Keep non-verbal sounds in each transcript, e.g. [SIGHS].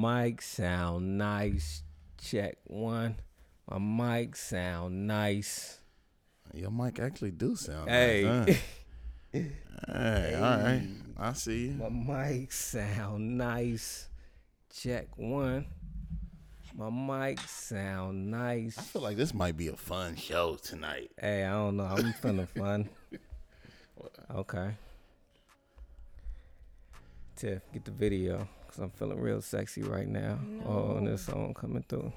mic sound nice. Check one. My mic sound nice. Your mic actually do sound. [LAUGHS] nice, Hey, huh? hey, all right. I see you. [LAUGHS] my mic sound nice. Check one. My mic sound nice. I feel like this might be a fun show tonight. Hey, I don't know. I'm feeling fun. Okay. Tiff, get the video because I'm feeling real sexy right now. Oh, and this song coming through.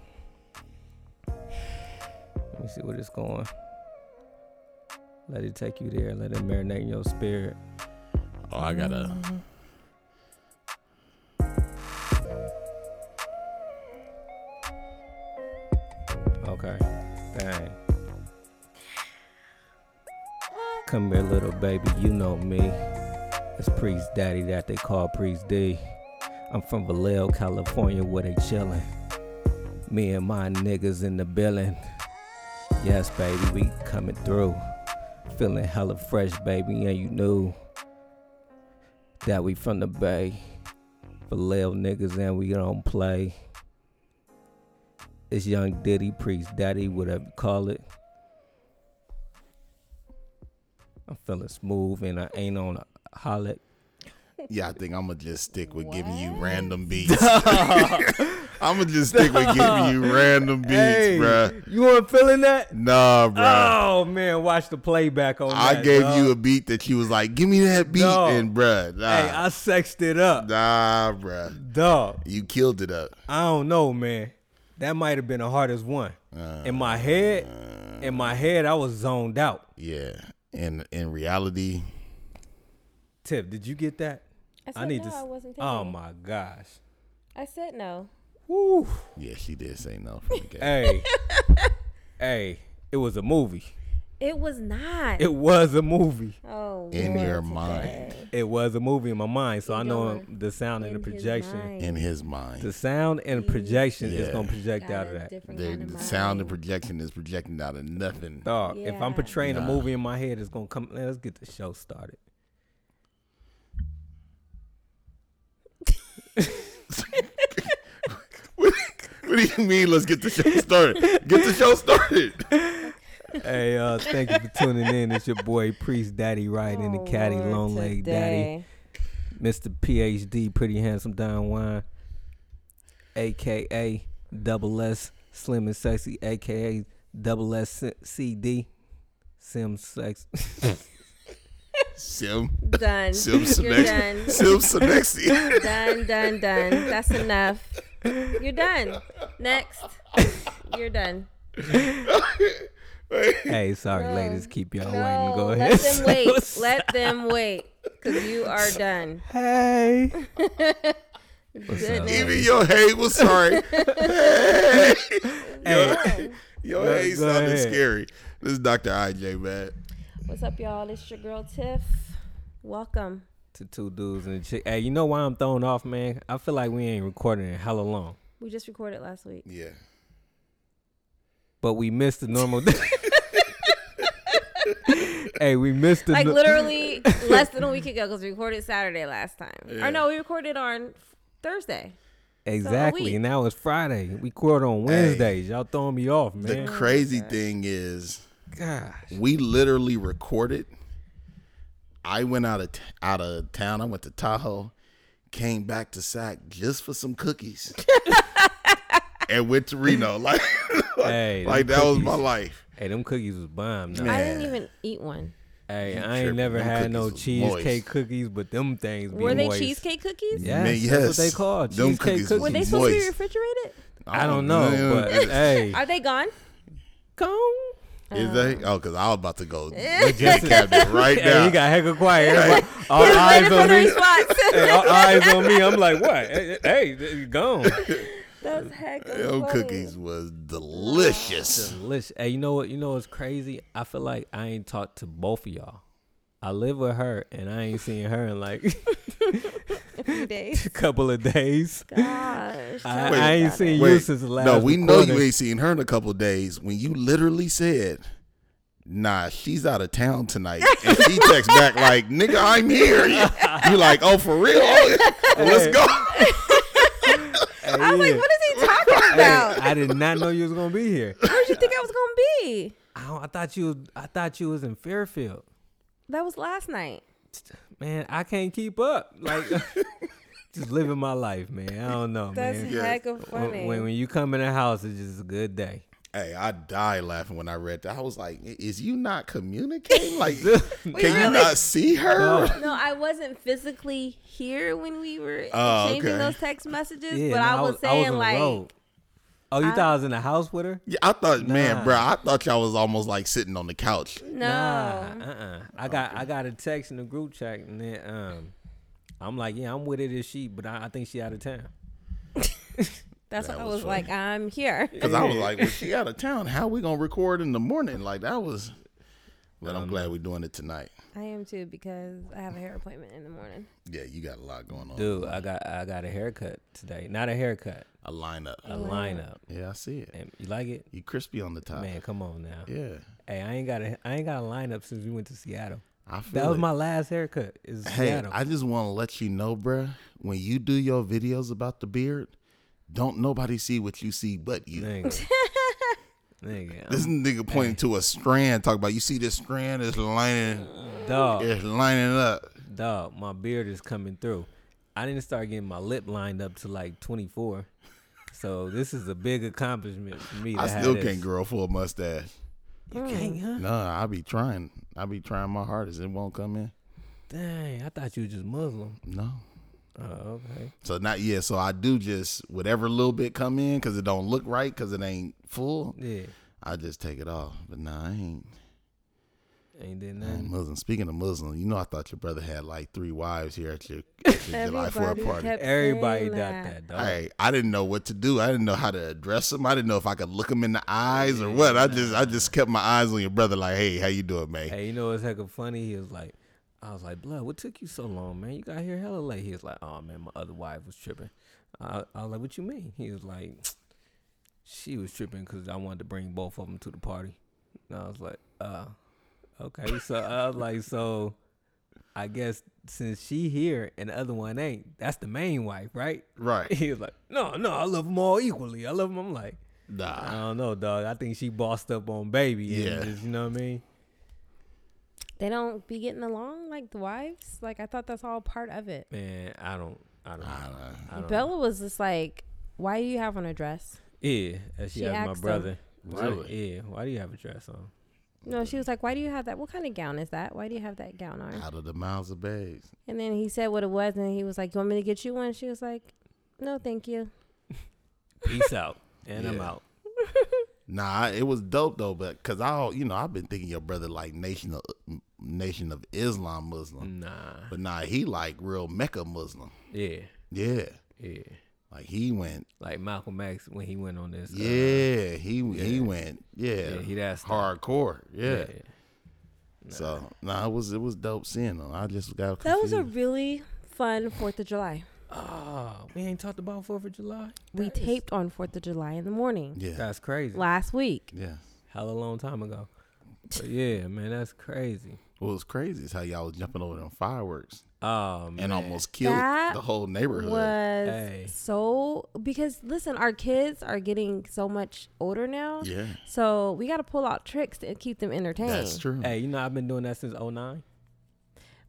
Let me see where it's going. Let it take you there. Let it marinate in your spirit. Oh, I gotta. Okay. Dang. Come here, little baby, you know me. It's Priest Daddy that they call Priest D. I'm from Vallejo, California, where they chillin'. Me and my niggas in the building. Yes, baby, we coming through. Feeling hella fresh, baby, and you knew that we from the Bay. Vallejo niggas, and we don't play. It's Young Diddy, Priest Daddy, whatever you call it. I'm feeling smooth and I ain't on a holic. Yeah, I think I'm gonna just stick with giving you [LAUGHS] random beats. I'm gonna just stick with giving you [LAUGHS] random beats, bruh. you weren't feeling that? Nah, bruh. Oh man, watch the playback on I that. gave dog. you a beat that you was like, give me that beat, No. and bruh, nah, Hey, I sexed it up, nah, bruh. dog. You killed it up. I don't know, man. That might have been the hardest one. in my head, in my head, I was zoned out. Yeah. And in reality, Tip, did you get that? I said no, s- I wasn't Oh thinking. my gosh. I said no. Woo. yeah, she did say no from the game. [LAUGHS] Hey, hey, it was a movie. It was not. It was a movie. oh, in Lord, your today. mind. It was a movie in my mind, so I know your- the sound and the In his projection. mind. in his mind. The sound and the projection is Yeah. gonna project Got out of a that. different the, kind of the sound and mind. projection is projecting out of nothing. Dog, if I'm Yeah. portraying a Nah. movie in my head, it's gonna come. Let's get the show [LAUGHS] started. [LAUGHS] What do you mean? Let's get the show started. Get the show started. hey, uh, thank you for tuning in. It's your boy Priest Daddy riding in Oh, the caddy, Lord, long leg daddy, today. Mr. PhD, pretty handsome Don Juan, aka Double S Slim and Sexy, aka Double S CD Sim Sex. [LAUGHS] Sim, Done. Sim You're Sinexi. [LAUGHS] done. Sim Sinexi. [LAUGHS] done. Done. Done. That's enough. You're done. Next. You're done. hey, sorry, No. ladies, keep y'all waiting. No, Go ahead. [LAUGHS] let them wait. Let them wait, cause you are done. hey. What's up, Goodness. ladies? Even your hey was [LAUGHS] sorry. Hey. Hey. Your Go- hey go sounded ahead. scary. This is Dr. IJ, man. What's up, y'all? It's your girl Tiff. Welcome. to two dudes and a chick. Hey, you know why I'm thrown off, man? I feel like we ain't recording in hella long, We just recorded last week. Yeah. but we missed the normal. [LAUGHS] hey, we missed the like no- [LAUGHS] literally less than a week ago because we recorded Saturday last time. Yeah. Or no, we recorded on Thursday. exactly, week. and now it's Friday. We record on Wednesdays. Y'all throwing me off, The man. [LAUGHS] crazy thing is, Gosh, we literally recorded. I went out of t- out of town. I went to Tahoe, came back to Sac just for some [LAUGHS] cookies, and went to Reno. Like, like, Hey, them that was my cookies. life. hey, them cookies was bomb. Now. Man. I didn't even eat one. Hey, I You ain't tripping. never Them had no cookies was moist. cheesecake cookies, but them things be Were they moist. cheesecake cookies? Yes, Man, that's what they yes. called Them cheesecake cookies. cookies was Were they Moist. supposed to be refrigerated? I don't know, but hey, Are they gone? come. is they? Oh, because I was about to [LAUGHS] go Just- just cabinet right Hey, now. you got hecka quiet. Everybody- All eyes Waiting for on the me. response. [LAUGHS] [LAUGHS] Hey, all eyes on me. I'm like, what? Hey, hey, hey, you gone. That's heck of Them funny. cookies was delicious. Listen, hey, you know what? You know what's crazy? I feel like I ain't talked to both of y'all. I live with her, and I ain't seen her in like [LAUGHS] Few days. a couple of days. Gosh. I, tell me I ain't about it. seen you Wait, since the last. no, we know you recording. ain't seen her in a couple days. When you literally said, "Nah, she's out of town tonight," and she texts back like, "Nigga, [LAUGHS] [LAUGHS] I'm here." You like, "Oh, for real? Oh, Let's go." I was like, what is he talking about? I did not know you was gonna be here. Where did you think I was gonna be? I, don't- I thought you. Was, I thought you was in Fairfield. That was last night. Man, I can't keep up. Like, [LAUGHS] just living my life, man. I don't know, That's man. Yes. heck of funny. When, when when you come in the house, it's just a good day. Hey, I died laughing when I read that. I was like, "Is you not [LAUGHS] communicating? Like, can We you really- not see her?" No. no, I wasn't physically here when we were Oh, changing okay. those text messages, Yeah, but no, I was saying on the like, road. oh, you thought I was in the house with her? Yeah, I thought, Nah. man, bro, I thought y'all was almost like sitting on the couch. no, Nah, uh-uh. I got I got a text in the group chat, and then um, I'm like, yeah, I'm with it as she, but I, I think she out of town. that's That what I was was like. I'm [LAUGHS] here. Cause I was like, well, she out of town. How we gonna record in the morning? Like that was. But I'm glad we're doing it tonight. I am too because I have a hair appointment in the morning. Yeah, you got a lot going on. Dude, I got I got a haircut today. Not a haircut, A lineup. a Oh, lineup. Yeah, I see it. And you like it? You crispy on the top. Man, come on now. Yeah, Hey, I ain't got a I ain't got a lineup since we went to Seattle. I feel That was it. my last haircut. Is Hey, Seattle. I just want to let you know, bruh, when you do your videos about the beard, don't nobody see what you see but you. [LAUGHS] Nigga. Nigga. This nigga pointing to a strand, talk about you see this strand is lining, I'm- Dog. it's lining up. Dog, my beard is coming through. I didn't start getting my lip lined up to like 24. So this is a big accomplishment for me. To I have still this. can't grow a full mustache. You can't, huh? No, I be trying. I be trying my hardest. It won't come in. Dang, I thought you were just Muslim. No. Oh, okay. So not yeah. So I do just whatever little bit come in because it don't look right because it ain't full. Yeah. I just take it off. But nah, I ain't. Ain't did Man, nothing. Muslim. Speaking of Muslim, you know I thought your brother had like three wives here at your, at your July Fourth Everybody party. kept Everybody saying got that. that, dog. Hey, I didn't know what to do. I didn't know how to address him. I didn't know if I could look him in the eyes or what. I just I just kept my eyes on your brother. Like, hey, how you doing, [LAUGHS] man? Hey, you know what's heck of funny? He was like, I was like, blood, what took you so long, man? You got here hella late. He was like, oh man, my other wife was tripping. I, I was like, what you mean? He was like, she was tripping because I wanted to bring both of them to the party. And I was like, uh, okay. So I was like, so I guess since she here and the other one ain't, that's the main wife, right? [LAUGHS] Right? He was like, no, no, I love them all equally. I love them. I'm like, I Nah. don't know, dog. I think she bossed up on baby. Yeah. Yeah. Just, you know what I mean? They don't be getting along like the wives. Like I thought that's all part of it. Man, I don't, I don't. I don't know. Bella was just like, "Why do you have on a dress?" Yeah, as she, She asked my asked him. brother. Really? Yeah. Why do you have a dress on? No, she was like, "Why do you have that? What kind of gown is that? Why do you have that gown on?" Out of the mouths of babes. And then he said what it was, and he was like, "You want me to get you one?" She was like, "No, thank you." Peace out, [LAUGHS] and I'm Yeah. out. Nah, it was dope though, but cause I, you know, I've been thinking your brother like nation of nation of Islam Muslim, Nah. but nah, he like real Mecca Muslim. Yeah. Yeah, Yeah. like he went. Like Malcolm X when he went on this. uh, Yeah, he he went. Yeah, Yeah, he that stuff. hardcore. Yeah. So nah, it was it was dope seeing him. I just got [LAUGHS] That was a confused. really fun Fourth of July. Oh, we ain't talked about Fourth of July. We That is- taped on Fourth of July in the morning yeah That's crazy. last week. yeah. Hell, a long time ago. [LAUGHS] But yeah, man, that's crazy. What was crazy is how y'all was jumping over them fireworks Oh man. and almost killed That the whole neighborhood. Was Hey. so because listen, our kids are getting so much older now. Yeah, So we got to pull out tricks to keep them entertained. that's true. Hey, you know I've been doing that since 09.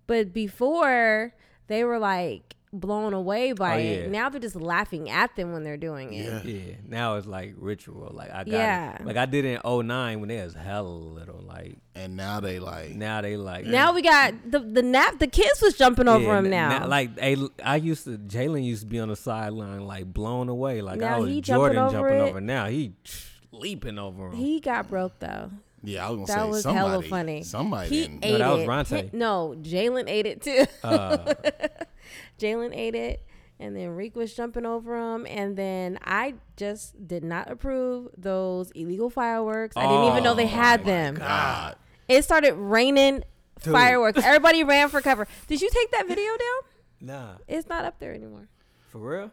But before they were like blown away by Oh, it. yeah. Now they're just laughing at them when they're doing it. Yeah. Yeah. Now it's like ritual. Like I got Yeah. it. Like I did it in 09 when they was hella little. Like And now they like now they like Now we got the the nap. The kids was jumping over Yeah, him n- now. n- like hey, l- I used to, Jalen used to be on the sideline, like blown away. Like I Now was he jumping Jordan over jumping it. over. Now he leaping over him. he got broke though. yeah. I was gonna That say was somebody, hella funny. Somebody He didn't- ate that was it. Bronte. He- no, Jalen ate it too. Uh, [LAUGHS] Jalen ate it, and then Reek was jumping over him, and then I just did not approve those illegal fireworks. I didn't even know they Oh, had them. God. It started raining Dude. [LAUGHS] fireworks. Everybody ran for cover. Did you take that video down? nah, It's not up there anymore. for real.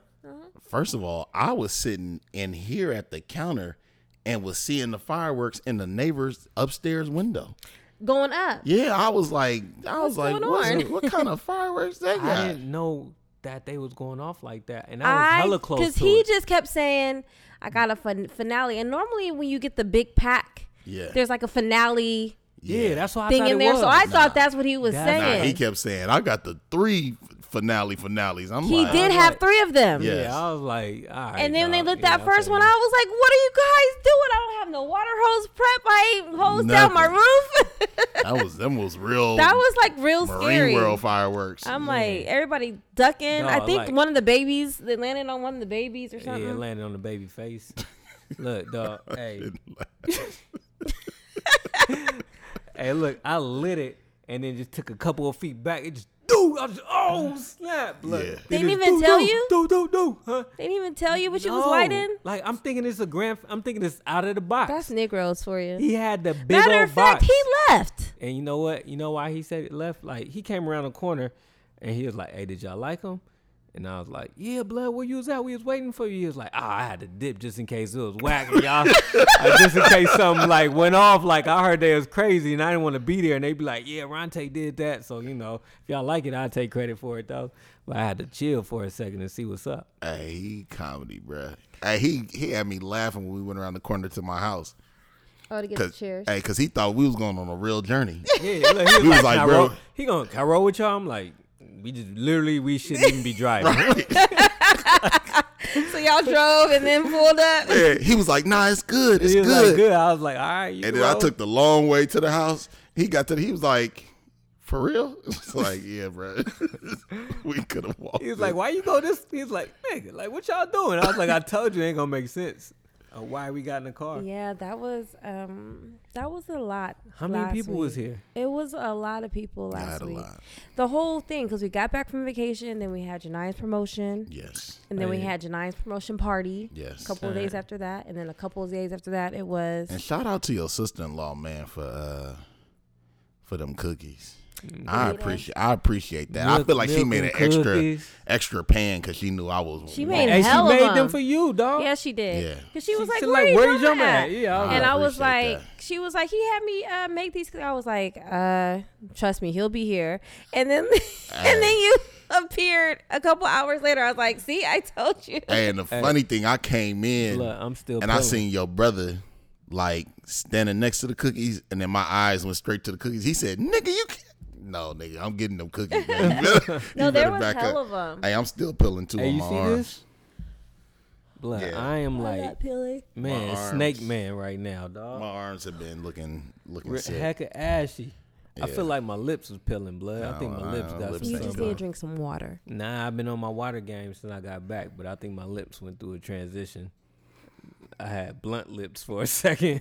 First of all, I was sitting in here at the counter and was seeing the fireworks in the neighbor's upstairs window. Going up. Yeah, I was like, I was What's like, going what, on? [LAUGHS] what kind of fireworks they I got? didn't know that they was going off like that, and I was I hella close because to he it. just kept saying, "I got a fin- finale." And normally, when you get the big pack, Yeah. there's like a finale yeah, that's what I thing thought in it there. Was. So I thought that's what he was Nah, Nah, saying. he he kept saying, I got the three finale finales. I'm like, did have three of them. Yeah. yeah, I was like, all right. And then when they dog, lit yeah, that first okay. one, I was like, "What are you guys doing? I don't have no water hose prep. I ain't hosed down my Nothing. roof." [LAUGHS] that was them was real that was like real Marine scary. World fireworks. I'm like everybody ducking. No, I think like- one of the babies they landed on one of the babies or something. Yeah, it landed on the baby [LAUGHS] face. look, dog. Hey, [LAUGHS] hey, look. I lit it and then just took a couple of feet back. It just dude, I just oh snap. Look, Yeah. It Didn't just, even "Doo, tell doo, you?" Doo doo doo. Huh? They didn't even tell you what you was No. lighting. Like I'm thinking it's a grand. I'm thinking it's out of the box. That's Negroes for you. he had the big Matter old of fact, box. he left. And you know what? You know why he said it left? Like he came around the corner and he was like, Hey, did y'all like him? And I was like, Yeah, blood, where you was at? We was waiting for you. He was like, Ah, I had to dip just in case it was [LAUGHS] whack, y'all. Like, just in case something like went off. Like I heard they was crazy and I didn't want to be there. And they'd be like, Yeah, Ronte did that. So, you know, if y'all like it, I'll take credit for it though. But I had to chill for a second and see what's up. Hey, he comedy, bruh. Hey, he he had me laughing when we went around the corner to my house. Oh, to get Cause, hey, cause he thought we was going on a real journey. Yeah, look, he was, We like, was like, "Can I bro- roll- He gonna can I roll with y'all? I'm like, we just literally we shouldn't [LAUGHS] even be driving. [LAUGHS] So y'all drove and then pulled [LAUGHS] up. Yeah, [LAUGHS] he was like, "Nah, it's good, it's He good." was like, good. I was like, all right. You And then I roll." took the long way to the house. He got to, the, he was like, "For real?" [LAUGHS] It's like, "Yeah, bro. [LAUGHS] we could have walked." He was like, "Why you go this?" He's like, "Nigga, like what y'all doing?" I was like, "I told you it ain't gonna make sense." Uh, why we got in the car? Yeah, that was um that was a lot. How many last people was week. here? It was a lot of people last a week. lot. The whole thing because we got back from vacation, then we had Janine's promotion, "Yes, and then we Yeah. had Janine's promotion party. yes." A couple of days after that, and then a couple of days after that, it was And shout out to your sister-in-law, man, for uh for them cookies. I appreciate I appreciate that. I Mm-hmm. Milk- feel like she milk made an and extra cookies. extra pan because she knew I was. She wa- made- Hey, she hell of made them them. for you, dog. [LAUGHS] Yeah, she did. Yeah. Cause she She- was like, she "Where like, you where you jump jumping at?" at? Yeah, I was and like, I was "Appreciate like, she was like, he had me uh, make these. I was like, uh, trust me, he'll be here. And then, [LAUGHS] and then you [LAUGHS] appeared a couple hours later. I was like, see, I told you. And the funny thing, I came in Look, I'm still. and I peeling. seen your brother like standing next to the cookies, and then my eyes went straight to the cookies. He said, "Nigga, you." Can't. No, nigga, I'm getting them cookies. [LAUGHS] Man. You better- No, you there better was back hell up. of them. Hey, I'm still pulling two Hey, on you my see arms. this? Blood, Yeah. I am like, man, My Snake arms. Man right now, dog. My arms have been looking looking Re- sick. Heck of ashy. I Yeah. feel like my lips was peeling blood. I think my I- lips I- got lips some You ain't stuff. just need to drink some water. Nah, I've been on my water game since I got back, but I think my lips went through a transition. I had blunt lips for a [LAUGHS] second.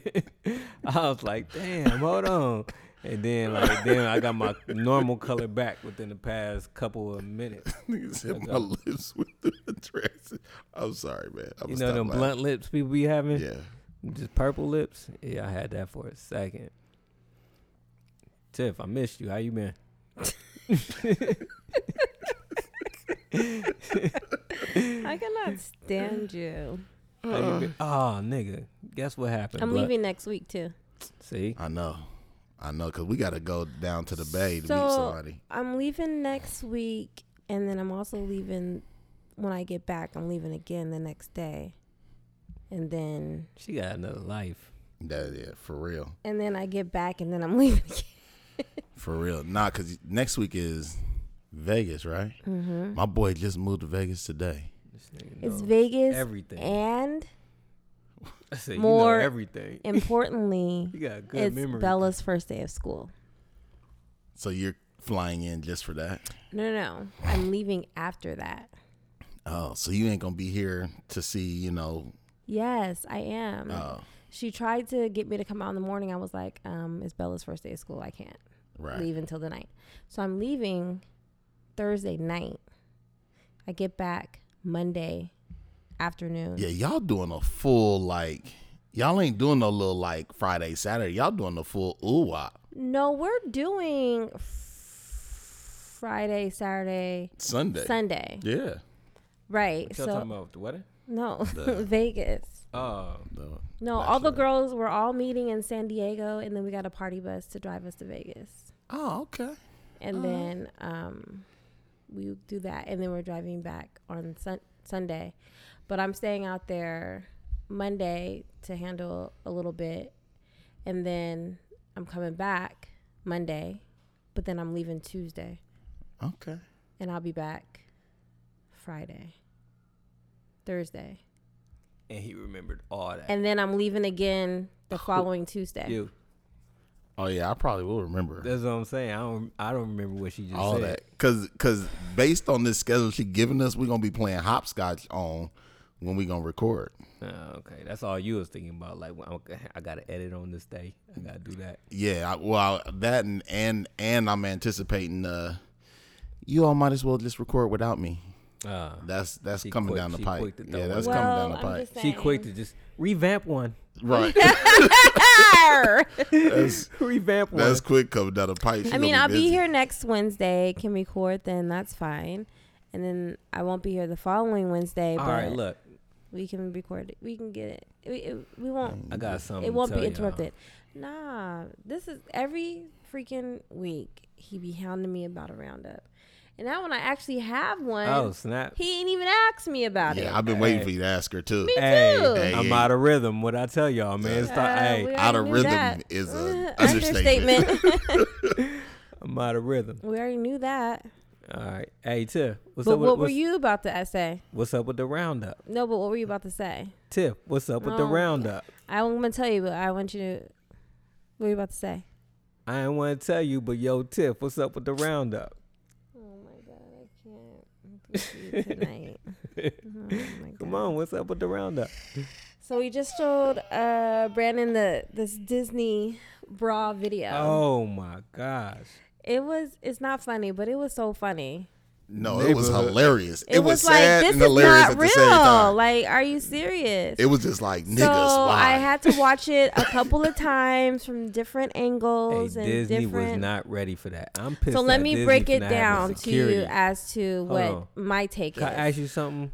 I was like, damn, hold on. And then like then I got my normal color back within the past couple of minutes. Nigga said my lips went through the dress. I'm sorry, man. I'm You know them blunt lips people be having? Yeah. Just purple lips? Yeah, I had that for a second. Tiff, I missed you. How you been? I cannot stand you. How you been? Oh, nigga. Guess what happened? I'm blood? leaving next week too. See? I know. I know, because we got to go down to the bay to meet So somebody. I'm leaving next week, and then I'm also leaving when I get back. I'm leaving again the next day, and then She got another life. That, yeah, for real. and then I get back, and then I'm [LAUGHS] leaving again. For real. Nah, because next week is Vegas, right? Mm-hmm. My boy just moved to Vegas today. This nigga It's know Vegas, everything. and I said, more you know everything. importantly, [LAUGHS] You got good it's memory. Bella's first day of school. So you're flying in just for that? No, no, no, I'm leaving after that. Oh, so you ain't going to be here to see, you know. Yes, I am. Oh, She tried to get me to come out in the morning. I was like, um, "It's Bella's first day of school. I can't." right. leave until the night. So I'm leaving Thursday night. I get back Monday afternoon. Yeah, y'all doing a full, like, y'all ain't doing no little, like, Friday, Saturday. Y'all doing the full ooh wop. No, we're doing f- Friday, Saturday, Sunday. Sunday. Yeah. Right. Y'all talking So about the wedding? no, [LAUGHS] [LAUGHS] Vegas. Uh, Oh, No. No, all the girls were all meeting in San Diego, and then we got a party bus to drive us to Vegas, Oh, okay. and then um, we do that, and then we're driving back on sun- Sunday. But I'm staying out there Monday to handle a little bit, and then I'm coming back Monday, but then I'm leaving Tuesday, Okay. and I'll be back Friday, Thursday, And he remembered all that. and then I'm leaving again the following Tuesday. You. Oh yeah, I probably will remember That's what I'm saying. I don't. I don't remember what she just all said. that because because based on this schedule she giving us, we're gonna be playing hopscotch on when we gonna record. Oh, okay, that's all you was thinking about. Like, well, okay, [LAUGHS] I gotta edit on this day. I gotta do that. Yeah, I, well that and and and I'm anticipating. uh You all might as well just record without me. Uh, That's that's She coming quick- down the she pipe. quick to throw Yeah, it that's out. coming down the Well, I'm pipe. just she quick to saying. just revamp one. [LAUGHS] Right. [LAUGHS] [LAUGHS] that's, revamp one. that's quick coming down the pipe. She I gonna mean, I'll busy. be here next Wednesday. Can record then. That's fine. And then I won't be here the following Wednesday. all but right, look, we can record it. We can get it. We, it, we won't. Mm. I got something. It won't to be tell interrupted. Nah, this is every freaking week he be hounding me about a roundup, and now when I actually have one, Y'all. Oh snap! he ain't even asked me about Yeah, it. I've been waiting for you to ask her too. Hey, too. Hey, I'm hey. out of rhythm. What I tell y'all, man. It's Uh, not, we hey, already Out of knew rhythm that. is a Uh, [LAUGHS] understatement. [LAUGHS] I'm out of rhythm. we already knew that. All right, hey Tiff, what's but up? With, what were what's, you about to say? What's up with the roundup? No, but what were you about to say? Tiff, what's up with the Oh. roundup? I'm gonna tell you, but I want you to. What are you about to say? I ain't want to tell you, but yo, Tiff, what's up with the roundup? Oh my god, I can't with [LAUGHS] you tonight. oh my god. Come on, what's up with the roundup? So we just showed uh Brandon the this Disney bra video. Oh my gosh. It was it's not funny, but it was so funny. No, it was Neighborhood. hilarious. It, It, was, sad like this and hilarious at is not the same real. time. Like, are you serious? It was just like niggas. so why? I had to watch it a couple of times from different Hey, angles and Disney different. was not ready for that. I'm pissed. so let at me Disney break for it not having down to you security. as to what on. my take Can I is. ask you something?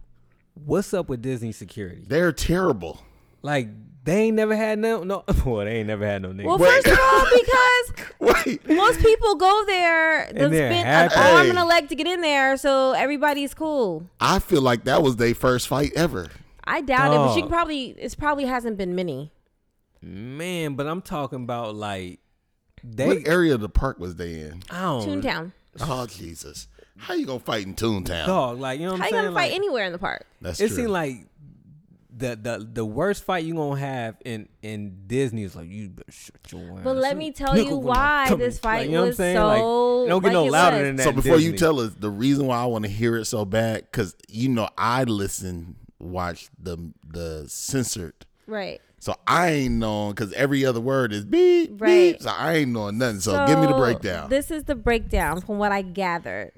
What's up with Disney security? They're terrible. [LAUGHS] Like they ain't never had no no. [LAUGHS] Well, they ain't never had no nigga. Well, Wait. first of [LAUGHS] all, because Wait, most people go there, they they're spend an happy. arm and Hey. a leg to get in there, so everybody's cool. I feel like that was their first fight ever. I doubt it, but you Dog. can probably it's probably hasn't been many. Man, but I'm talking about like they. What er area of the park was they in? I don't Toontown. Oh Jesus! How you gonna fight in Toontown? dog. Like you know what How I'm you saying? gonna like, fight anywhere in the park? That's it true. seemed like the the the worst fight you gonna have in in Disney is like you better shut your ass. But let up. me tell Nigga you gonna why come this at you. Like, fight you know what I'm was saying? Like, so- don't get no like it louder was. than that. so before you Disney. tell us the reason why I want to hear it so bad, because you know I listen, watch the the censored, Right. so I ain't knowing because every other word is beep Right. beep. So I ain't knowing nothing. So, give me the So, breakdown. This is the breakdown from what I gathered.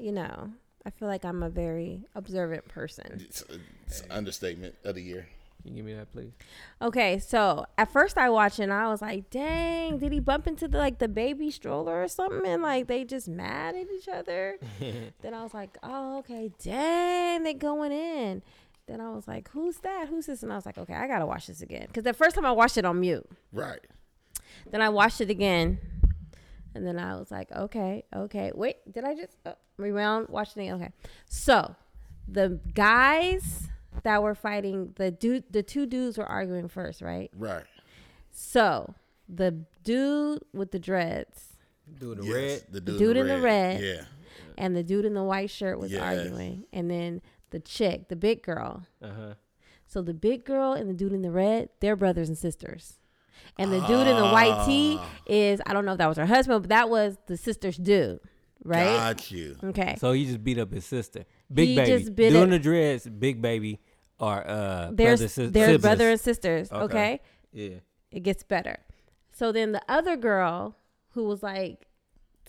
You know, I feel like I'm a very observant person. It's, it's an understatement of the year. Can you give me that, please. Okay, so at first I watched it and I was like, dang, did he bump into the, like the baby stroller or something? And like they just mad at each other. then I was like, oh, okay, dang, they going in. Then I was like, who's that? Who's this? And I was like, okay, I gotta watch this again. Because the first time I watched it on mute. Right. Then I watched it again. And then I was like, okay, okay. Wait, did I just uh, rewound watching it? Okay. So the guys that were fighting, the dude, the two dudes were arguing first, right? Right. So the dude with the dreads Do the Yes, red. The dude in the red. Yeah. and the dude in the white shirt was Yes. arguing. And then the chick, the big girl. Uh huh. So the big girl and the dude in the red, they're brothers and sisters. And the dude in the white tee is, I don't know if that was her husband, but that was the sister's dude, right? Got you. Okay. So he just beat up his sister. Big He baby. just beat Doing up- the dreads, big baby are uh There's brother, sis- there's siblings. brother and sisters. Okay. Okay. Yeah. It gets better. So then the other girl who was like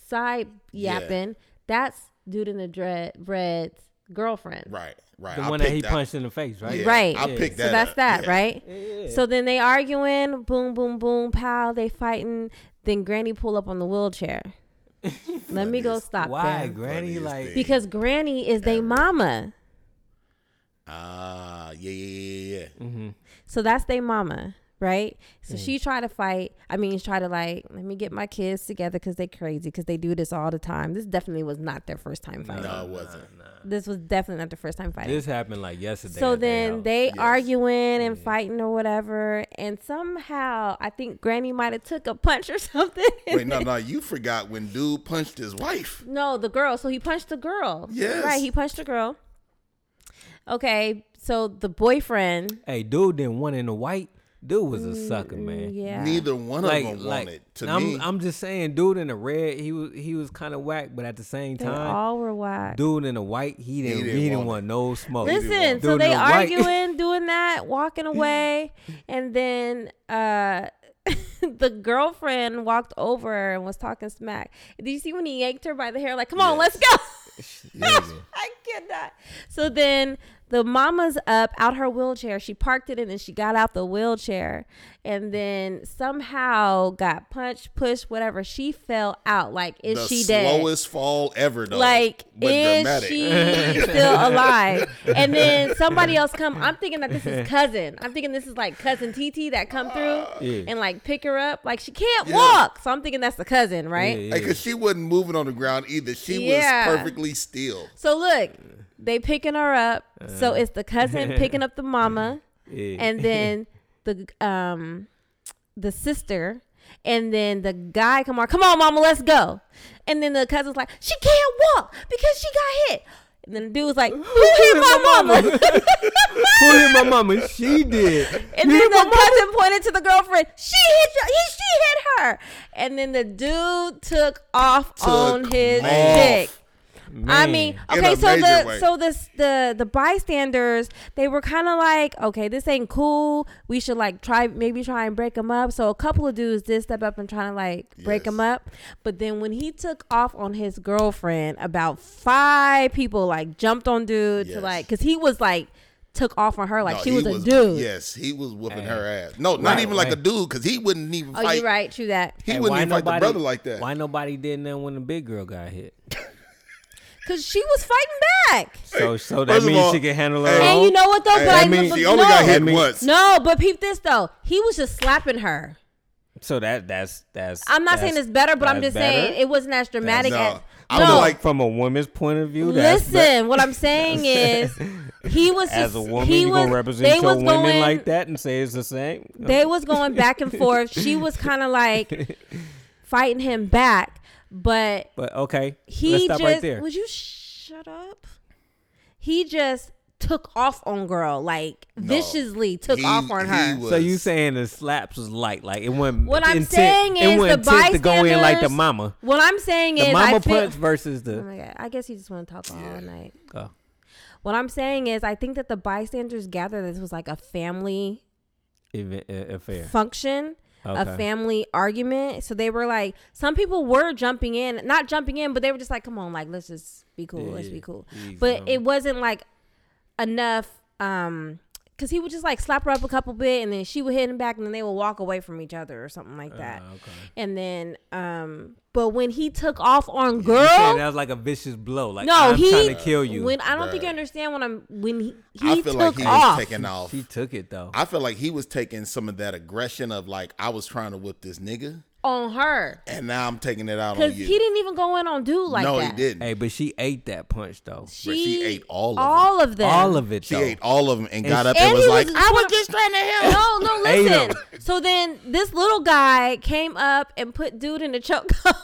side Yeah. yapping, that's dude in the dread bread's girlfriend. Right. Right. The I one that picked he punched in the face, right? Yeah, Right. I picked so that. that's up. that, Yeah. right? Yeah. So then they arguing, boom, boom, boom, pow, they fighting. Then Granny pull up on [LAUGHS] the wheelchair. Let me go stop Why them. Granny Funniest like thing. Because Granny is they mama. Ah. Yeah. Yeah. Yeah. Yeah. Mm-hmm. So that's they mama, right? So she tried to fight. I mean, she tried to like, let me get my kids together because they crazy because they do this all the time. This definitely was not their first time fighting. No, it wasn't. This was definitely not their first time fighting. This happened like yesterday. so at their then house. they Yes. arguing and fighting or whatever, and somehow I think Granny might have took a punch or [LAUGHS] something. Wait, no, no, you forgot when dude punched his wife. No, the girl. So he punched the girl. Yes. Right. He punched the girl. Okay. So the boyfriend. Hey, dude didn't want in the white. Dude was a sucker, man. Yeah. Neither one Like, of them like wanted to I'm, me. I'm just saying, dude in the red, he was he was kind of whack, but at the same They time, all were whack. dude in the white, he didn't he didn't, want, no Oh, smoke. Listen. Dude So in they the white- [LAUGHS] arguing, doing that, walking away, and then uh, [LAUGHS] the girlfriend walked over and was talking smack. Did you see when he yanked her by the hair? Like, come on, let's go. [LAUGHS] Yeah. [LAUGHS] I cannot. So then the mama's up out her wheelchair. She parked it in and she got out the wheelchair and then somehow got punched, pushed, whatever. She fell out. Like, is the she dead? slowest fall ever, though. Like, but is dramatic. [LAUGHS] she still alive? And then somebody else come. I'm thinking that [LAUGHS] this is cousin. I'm thinking this is like cousin TT that come through Yeah. and like pick her up. Like she can't Yeah. walk. So I'm thinking that's the cousin, right? Yeah, yeah. Because she wasn't moving on the ground either. She Yeah. was perfectly still. So look, they picking her up. Uh. so it's the cousin picking up the mama, [LAUGHS] [LAUGHS] Yeah. and then the um the sister, and then the guy come on, come on, mama, let's go. And then the cousin's like, she can't walk because she got hit. And then the dude was like, who hit my mama? Who hit my mama? [LAUGHS] She did. And then the cousin pointed to the girlfriend. She hit your, he, she hit her. And then the dude took off on Took his off. dick. I Man. mean, In okay, a so major the way. so this the the bystanders they were kind of like, okay, this ain't cool. We should like try maybe try and break them up. So a couple of dudes did step up and trying to like break Yes. them up, but then when he took off on his girlfriend, about five people like jumped on dude to Yes. like because he was like took off on her like No, she he was, a dude. Yes, he was whooping her ass. No, not Right, even like a right. dude, because he wouldn't even Oh, fight. you're right. True that. He Hey, wouldn't why even fight the brother like that. Why nobody did nothing when the big girl got [LAUGHS] hit? Because she was fighting back. So, so that first of means all, she can handle her hey, own. And you know what though? Hey, But I I- mean, but she only no. got hit I mean- once. No, but peep this though. He was just slapping her. so that that's that's. I'm not saying that's- it's better, but I'm that's just better. saying it wasn't as dramatic No. as. I No, was like from a woman's point of view. That's listen. what I'm [LAUGHS] saying is, he was As just, a woman, he you was, gonna represent they your was women going, like that and say it's the same? They was going [LAUGHS] back and forth. She was kind of like fighting him back, but but okay, he let's stop just right there. would you shut up? He just took off on girl like viciously took He- off on he her. was- So you saying the slaps was light? Like it wasn't. What I'm intent, saying it is the wasn't bystanders. intent to go in like the mama. What I'm saying The is mama I feel, punch versus [LAUGHS] Oh the. my god! I guess you just want to talk all night. Oh. What I'm saying is I think that the bystanders gathered this was like a family Event, uh, affair. function. Okay. A family argument, so they were like, some people were jumping in, not jumping in, but they were just like, "Come on, like let's just be cool, let's Yeah, be cool." easy but on it wasn't like enough, um, because he would just like slap her up a couple bit, and then she would hit him back, and then they would walk away from each other or something like that. Oh, And then, um, but when he took off on girl, Yeah, that was like a vicious blow. Like No, I'm he- trying to kill you. When I don't think Bruh. you understand when I'm when he, he I feel took like he off. was taking off. she took it though. I feel like he was taking some of that aggression of like I was trying to whip this nigga, on her and now I'm taking it out on because you. he didn't even go in on dude like no, he that. didn't. hey, but she ate that punch though. She, But she ate all of them. all of them. All of it. she though. ate all of them and, And got she- up and, And was he like, was- "I was just trying to help." No, no, [LAUGHS] Ate 'em. listen. So then this little guy came up and put dude in a chokehold. [LAUGHS]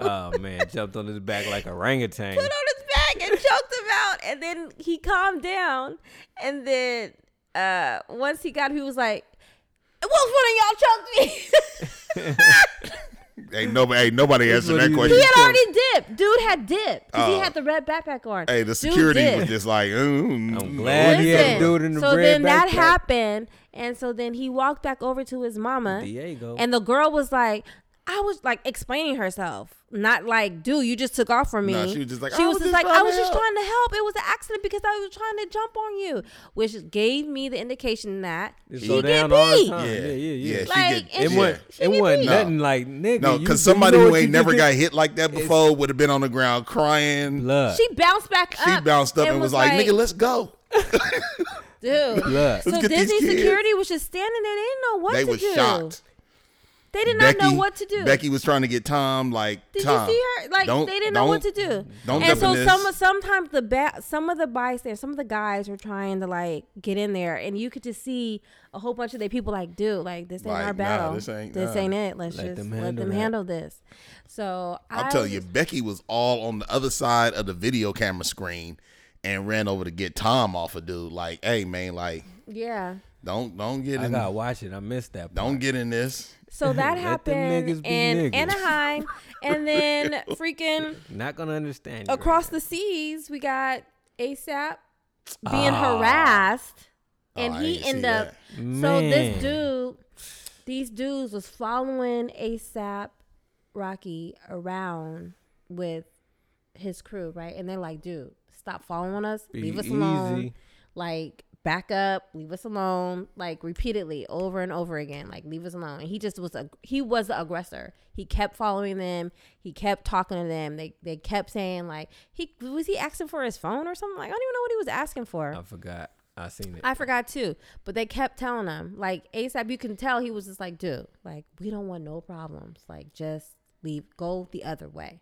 Oh man, jumped on [LAUGHS] his back like orangutan. put on his back and choked him out. And then he calmed down. And then uh, once he got, he was like, "Which one of y'all choked me?" [LAUGHS] Hey, nobody, hey, nobody answered what that he question. did. he had already dipped. Dude had dipped because he had the red backpack on. Oh. Hey, the Dude security dipped. was just like, mm, I'm glad he had a Listen, dude in the so red then that backpack. happened, and so then he walked back over to his mama, Diego. and the girl was like, "I was like explaining herself, not like, dude, you just took off from me." No, she was just like, she "I was was just just like, trying I to was just help." trying to help. It was an accident because I was trying to jump on you," which gave me the indication that It she go get down all the beat. time. yeah, Yeah, yeah, yeah. she Like, get- and It she- wasn't. she It get wasn't beat. nothing like nigga. No, you- because you know somebody what who you ain't never did? got hit like that before would have been on the ground crying. blood. She bounced back She up. bounced up and, was like, "Nigga, [LAUGHS] let's go." Dude. Look, So get these Disney kids. security was just standing there. They didn't know what they to was do. shocked. They did not know what to do. Becky was trying to get Tom like did Tom. you see her? Like don't- they didn't know what to don't- do. don't and jump so in this. some sometimes the ba- some of the bystanders, some of the guys were trying to like get in there, and you could just see a whole bunch of the people like, dude, like this ain't Like, nah, our battle. this ain't- nah. ain't it. Let's Let just them let handle them that." handle this. So I'm I telling you, Becky was all on the other side of the video camera screen and ran over to get Tom off a dude. Like, hey man, like [LAUGHS] yeah. don't don't get [LAUGHS] I in gotta watch it. I missed that. Part. don't get in this. So that Let them happened niggas be in niggas. Anaheim, [LAUGHS] and then freaking Not gonna understand. you. across the seas, we got ASAP being Ah. harassed, Oh, and I he didn't see ended up. So Man. this dude, these dudes was following ASAP Rocky around with his crew, right? And they're like, "Dude, stop following us. Be leave us alone. easy. Like, back up. Leave us alone." Like repeatedly, over and over again. Like, leave us alone. And he just was a he was the aggressor. He kept following them. He kept talking to them. They they kept saying like he was he asking for his phone or something. Like I don't even know what he was asking for. I forgot. I seen it. I forgot too, but they kept telling him like ASAP. You can tell he was just like, dude, like we don't want no problems. Like just leave, go the other way.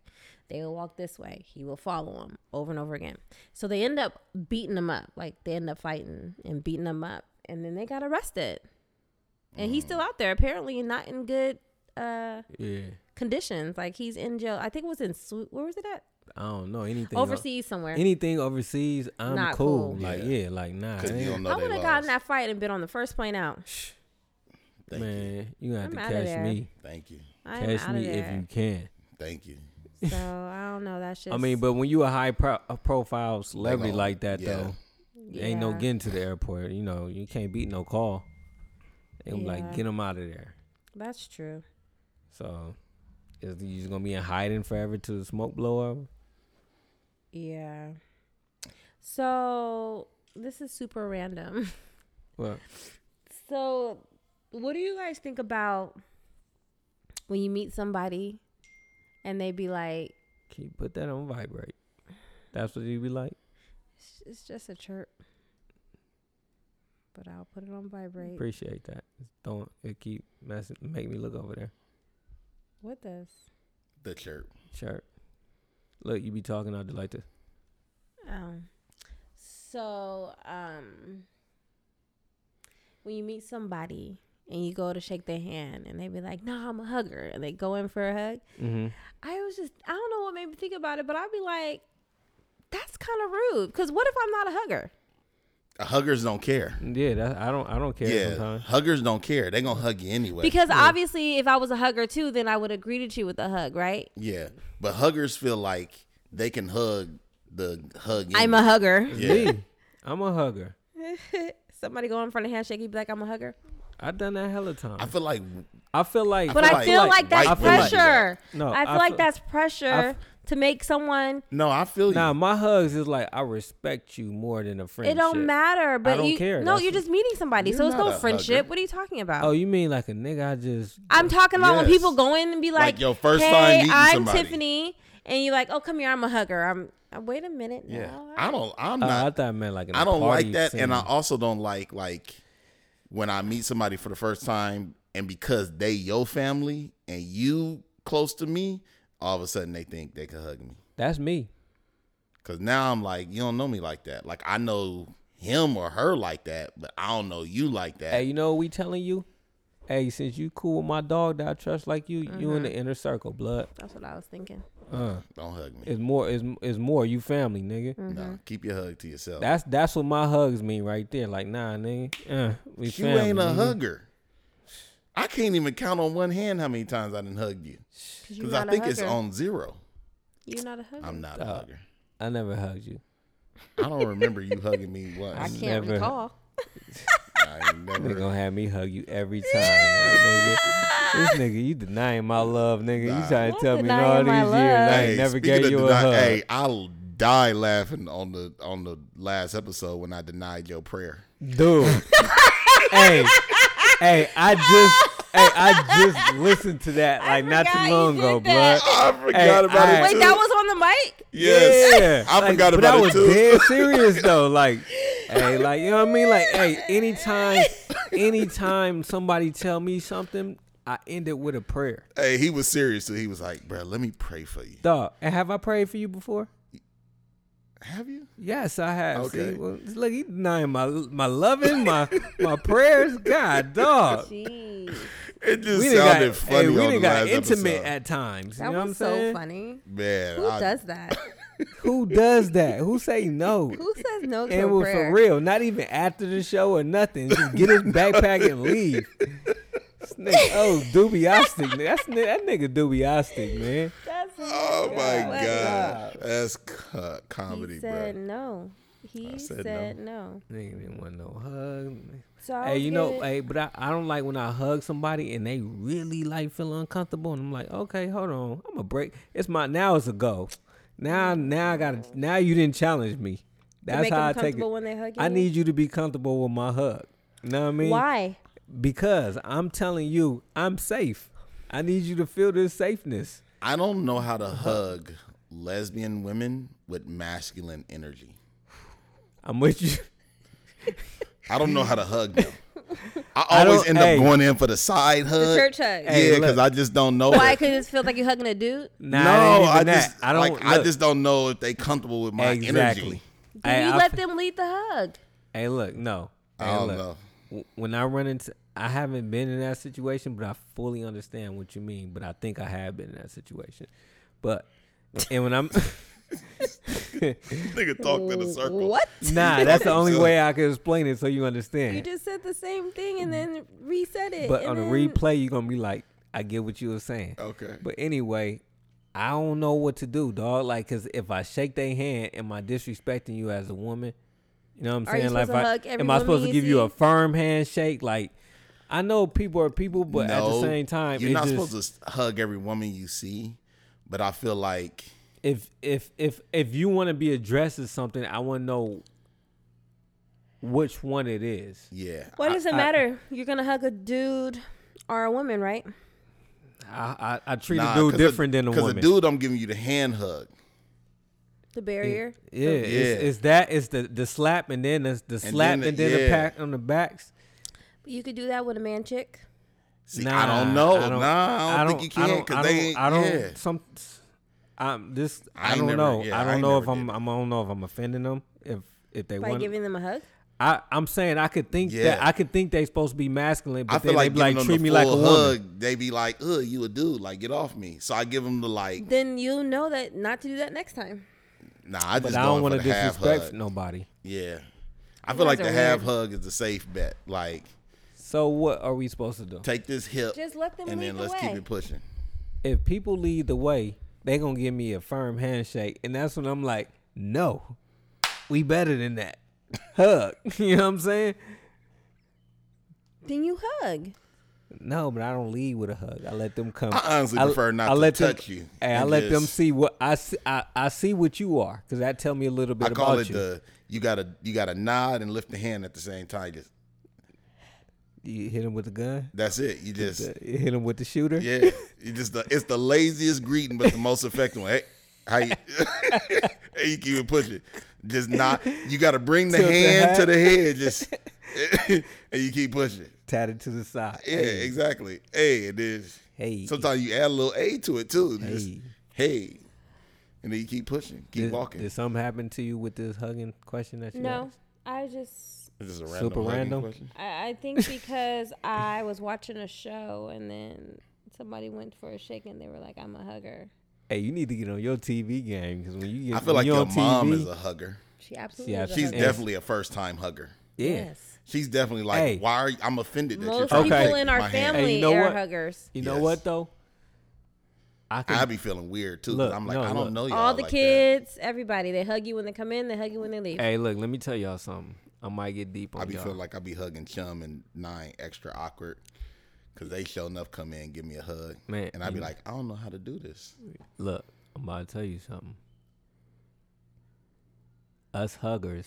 They will walk this way. He will follow him over and over again. So they end up beating him up. Like they end up fighting and beating him up, and then they got arrested. And he's still out there, apparently not in good uh yeah. conditions. Like he's in jail. I think it was in Swe- where was it at? I don't know anything. o- Overseas somewhere. Anything overseas, I'm Not cool. cool. Like Yeah. yeah, like nah. Cause you man. don't know I they would have lost. gotten that fight and been on the first plane out. Shh, Thank you. man, you gonna have I'm to outta there. catch me. Thank you. I am Catch out of me there. if you can. Thank you. [LAUGHS] So I don't know. That's just. I mean, but when you a high pro- a profile celebrity gon- like that, yeah. though, ain't no Yeah. getting to the airport. You know, you can't beat no call. And Yeah. like, get them out of there. that's true. So, is you just gonna be in hiding forever till the smoke blow up? Yeah. So this is super random. [LAUGHS] Well, So, what do you guys think about when you meet somebody and they be like, can you put that on vibrate? That's what you be like. "It's- "It's just a chirp," but I'll put it on vibrate. Appreciate that. Don't it keep messing, make me look over there. What does? The chirp. Sure. Look, you be talking. I do like this. Um. So, um, when you meet somebody and you go to shake their hand and they be like, "Nah, I'm a hugger," and they go in for a hug. Mm-hmm. I was just I don't know what made me think about it, but I'd be like, that's kind of rude. Cause what if I'm not a hugger? Huggers don't care. Yeah, that, I don't. I don't care. Yeah, Sometimes. huggers don't care. They gonna hug you anyway. Because obviously, if I was a hugger too, then I would have greeted you with a hug, right? yeah, but huggers feel like they can hug the hug. I'm a hugger. yeah. Me, I'm a hugger. Somebody go in front of handshake, you be like, I'm a hugger. I've done that hella I time. feel like I feel like, But I feel like, white that's people do that. pressure. No, I feel I like feel- that's pressure I f- to make someone. no, I feel Nah, you. my hugs is like I respect you more than a friendship. It don't matter, but don't you care. no, That's- you're just meeting somebody, You're so it's not no a friendship. hugger. What are you talking about? Oh, you mean like a nigga? I just I'm talking about when Yes. people go in and be like, Like your first hey, time meeting I'm somebody." Tiffany, and you're like, oh, come here, I'm a hugger. I'm. uh, Wait a minute. Yeah, now. I don't. I'm Oh, I not. thought it meant like an I don't party like that, and I scene. also don't like like when I meet somebody for the first time, and because they your family and you close to me, all of a sudden they think they can hug me. that's me. Cause now I'm like, you don't know me like that. Like I know him or her like that, but I don't know you like that. Hey, you know what we telling you? Hey, since you cool with my dog that I trust like you, you Mm-hmm. in the inner circle, blood. That's what I was thinking. Uh, don't hug me. it's more, it's, it's more. You family, nigga. Mm. No, keep your hug to yourself. That's that's what my hugs mean right there. Like nah, nigga. Uh, we you family, ain't a nigga. hugger. I can't even count on one hand how many times I didn't hug you. Because Because I think it's on zero. You're not a hugger. I'm not a Uh, hugger. I never hugged you. I don't remember you hugging me once. I I, can't never- recall. ain't They never. gonna have me hug you every time, [LAUGHS] nigga. This nigga, you denying my love, nigga. You trying to I'm tell me in denying all these my years I Hey, ain't never speaking gave of you a deny- hug. Hey, I'll die laughing on the on the last episode when I denied your prayer. [LAUGHS] Dude. hey, hey, I just hey, I just [LAUGHS] listened to that like not forgot too you long did ago, that. blood. [LAUGHS] I forgot about I- it. Wait, too. that was on the mic? yes. Yeah. I Like, forgot but about I it [LAUGHS] was too. dead serious though. Like hey, like you know what I mean? Like, hey, [LAUGHS] anytime, anytime somebody tell me something, I end it with a prayer. Hey, he was serious. So he was like, "Bro, let me pray for you." Dog, and have I prayed for you before? Have you? Yes, I have. Okay. See, well, look, he denying my my loving, my my prayers. God, dog. Jeez, It just We done got, sounded funny hey, we on the done got last intimate episode. at times. that you know what I'm was so saying? funny. Man, Who I- does that? Who does that? Who say no? [LAUGHS] [LAUGHS] Who says no to And a well, prayer? for real, not even after the show or nothing. Just get his backpack and leave. This nigga, oh, dubiostic. That's ni- that nigga dubiostic, man. That's [LAUGHS] Oh my What? god, that's co- comedy, He said bro. no. He said said, no. no. Nigga didn't want no hug. So I Hey, was you know, getting- hey, but I, I don't like when I hug somebody and they really like feel uncomfortable, and I'm like, okay, hold on, I'm a break. It's my now. It's a go. Now, now I gotta. Now you didn't challenge me. That's make how them I take it. comfortable when they hug I you? need you to be comfortable with my hug. You know what I mean? Why? Because I'm telling you, I'm safe. I need you to feel this safeness. I don't know how to hug lesbian women with masculine energy. I'm with you. [LAUGHS] I don't know how to hug them. I [LAUGHS] I always don't- end up hey. going in for the side hug. church hug. Hey, yeah, because look. I just don't know. Why? it. Because it just feels like you're hugging a dude. Nah, no, it ain't even I that. just I don't. like, I look. just don't know if they comfortable with my energy. Do Hey, you I let f- them lead the hug? Hey, look, no. Hey, I don't look. know. W- When I run into, I haven't been in that situation, but I fully understand what you mean. But I think I have been in that situation. But and when [LAUGHS] I'm [LAUGHS] Nigga talked in a circle. What? nah, that's the only way I can explain it so you understand. You just said the same thing and then reset it. but and on the then- replay, you're gonna be like, I get what you were saying. Okay. But anyway, I don't know what to do, dog. Like, cause if I shake their hand, am I disrespecting you as a woman? You know what I'm Are you saying? Like, supposed if to I- hug every am I woman supposed to you give you a see? firm handshake? Like, I know people are people, but at the No, same time, you're it not just, supposed to hug every woman you see. But I feel like if if if if you want to be addressed as something, I want to know which one it is. yeah, What I- does it I- matter? You're gonna hug a dude or a woman, right? I I, I treat nah, a dude 'cause different than a Because woman. a dude, I'm giving you the hand hug. The barrier. Yeah, It's, Yeah. it's that. It's the the slap and then the, the slap then the- and then the yeah. pat on the backs. But you could do that with a man chick. See, I don't know. nah, I don't, think you I can don't- I because they ain't. don't- I don't. yeah. Some. I'm this. I, I ain't don't never- know. yeah, I I don't ain't know never if I'm. did I don't know if I'm offending them. If if they By want. giving them a hug. I I'm saying I could think that Yeah. I could think they supposed to be masculine, but I then feel like they be like giving treat them me the like a full woman. hug. They be like, "Ugh, you a dude? Like, get off me." So I give them the like, Then you'll know that not to do that next time. "Nah, I just But I don't want to half disrespect hug." nobody. Yeah, I feel like the guys are half weird. hug is the safe bet. Like, So what are we supposed to do? take this hip, Just let them and lead then the let's way. keep it pushing. If people lead the way, they gonna give me a firm handshake, and that's when I'm like, no, we better than that. [LAUGHS] Hug. you know what I'm saying? Then you hug. No, but I don't lead with a hug. I let them come. I honestly prefer not to touch them, you Hey, I and let them just- see what I see. I, I see what you are because that tell me a little bit I call about it you. the you gotta you gotta nod and lift the hand at the same time. Just you hit him with the gun. that's it. You just You hit him with the shooter. yeah. You just the, it's the laziest greeting, but the most effective one. Hey, how you? [LAUGHS] hey, you keep it pushing. Just not. You gotta bring the Tilt the hand to hat. the head. Just [LAUGHS] and you keep pushing. Tat it to the side. Yeah, exactly. Hey, it is. Hey. Sometimes you add a little a to it too. Just Hey. hey, and then you keep pushing, keep Did, walking. did something happen to you with this hugging question that you No, asked? I just It's just a random Super hugging random. question. I, I [LAUGHS] think because I was watching a show and then somebody went for a shake and they were like, "I'm a hugger." Hey, you need to get on your TV game because when you get, I feel when like you your on mom TV, is a hugger. She absolutely. Yeah, is a She's hugger. Yes. definitely a first time hugger. yeah. Yes. She's definitely like, Hey. why are you, I'm offended that you're Most trying Okay. to people take in our my hand. family Hey, you know are what? huggers. You know Yes. what though? I I can. be feeling weird too. 'cause Look, I'm like, no, I don't look. know y'all. All the like that. kids, everybody, they hug you when they come in, they hug you when they leave. hey, look. Let me tell y'all something. I might get deep on I be y'all. feeling like I be hugging Chum and Nine extra awkward because they show enough come in and give me a hug. Man, and I be you- like, I don't know how to do this. Look, I'm about to tell you something. Us huggers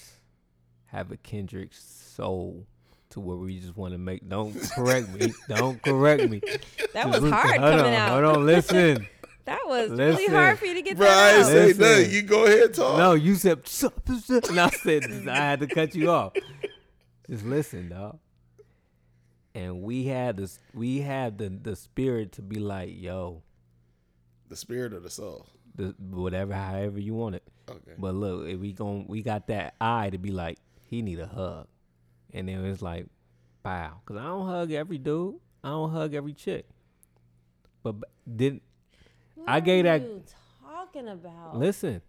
have a Kendrick soul to where we just want to make. [LAUGHS] Don't correct me. Don't correct me. That Just was listen- hard hold coming on, out. Hold on, listen. [LAUGHS] That was really Listen. hard for you to get Bro, I that ain't out. say Listen. nothing. You go ahead talk. No, you said, and I said, I had to cut you off. Just listen, dog. And we had this, we had the the spirit to be like, yo, The spirit of the soul. the, whatever, however you want it. Okay. But look, if we gon' we got that eye to be like, he need a hug, and then it's like, wow, because I don't hug every dude, I don't hug every chick. But b- didn't I What gave are that- you talking about? listen,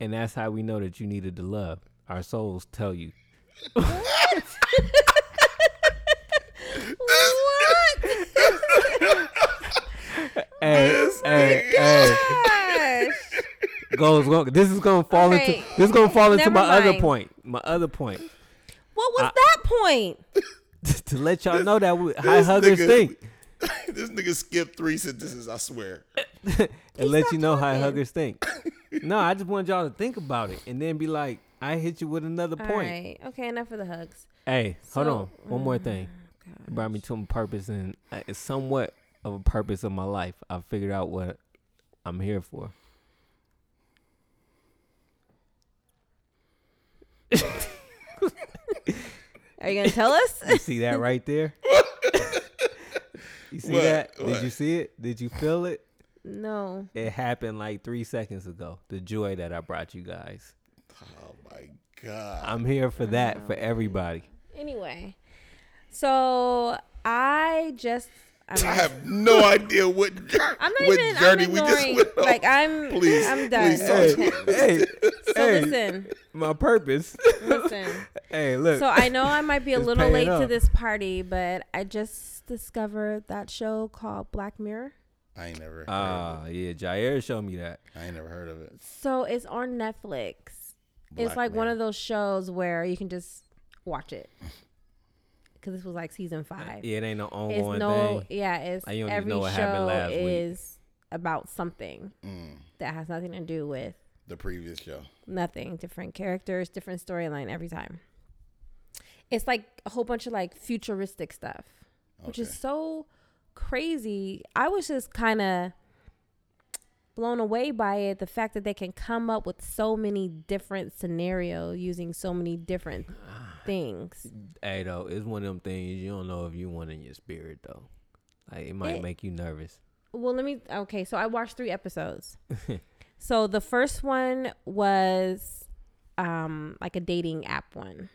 and that's how we know that you needed the love. Our souls tell you. [LAUGHS] what? [LAUGHS] Hey, hey, hey, Gosh. goes wrong. This is gonna fall Alright. into this is gonna fall into Never my other mind. point. My other point [LAUGHS] What was I- that point? to let y'all know that we, how huggers nigga- think. [LAUGHS] this nigga skipped three sentences, I swear. and let you know how talking. huggers think. no, I just wanted y'all to think about it and then be like, I hit you with another All point. right. Okay, enough of the hugs. Hey, hold So- mm, on. One more thing. God. It brought me to a purpose and uh, it's somewhat of a purpose of my life. I figured out what I'm here for. [LAUGHS] Are you gonna tell us? You see [LAUGHS] that right there? you see What? that? Did you What? see it? Did you feel it? no. It happened like three seconds ago. The joy that I brought you guys. Oh my god. I'm here for that for everybody. Anyway, so I just. I'm I not, have no idea what, jour- [LAUGHS] I'm not what even. I'm journey we just ignoring. went on. like I'm. Please, I'm done. please Hey, talk Okay. hey, So hey, listen, my purpose. listen. hey, look. So I know I might be a It's little paying late to off. this party, but I just discovered that show called Black Mirror. I ain't never. heard Ah, yeah, Jair showed me that. of it. I ain't never heard of it. So it's on Netflix. it's Black like one Mirror. of those shows where you can just [LAUGHS] watch it. Because this was like season five. Yeah, it ain't no it's ongoing no, thing. yeah, it's I don't even every know what happened show last week. is about something Mm, that has nothing to do with the previous show. nothing. Different characters, different storyline every time. It's like a whole bunch of like futuristic stuff, which is Okay. so crazy. I was just kind of blown away by it. The fact that they can come up with so many different scenarios using so many different things. Hey, though, it's one of them things you don't know if you want in your spirit though. Like it might It- make you nervous. Well, let me. Okay, so I watched three episodes. so the first one was um like a dating app one.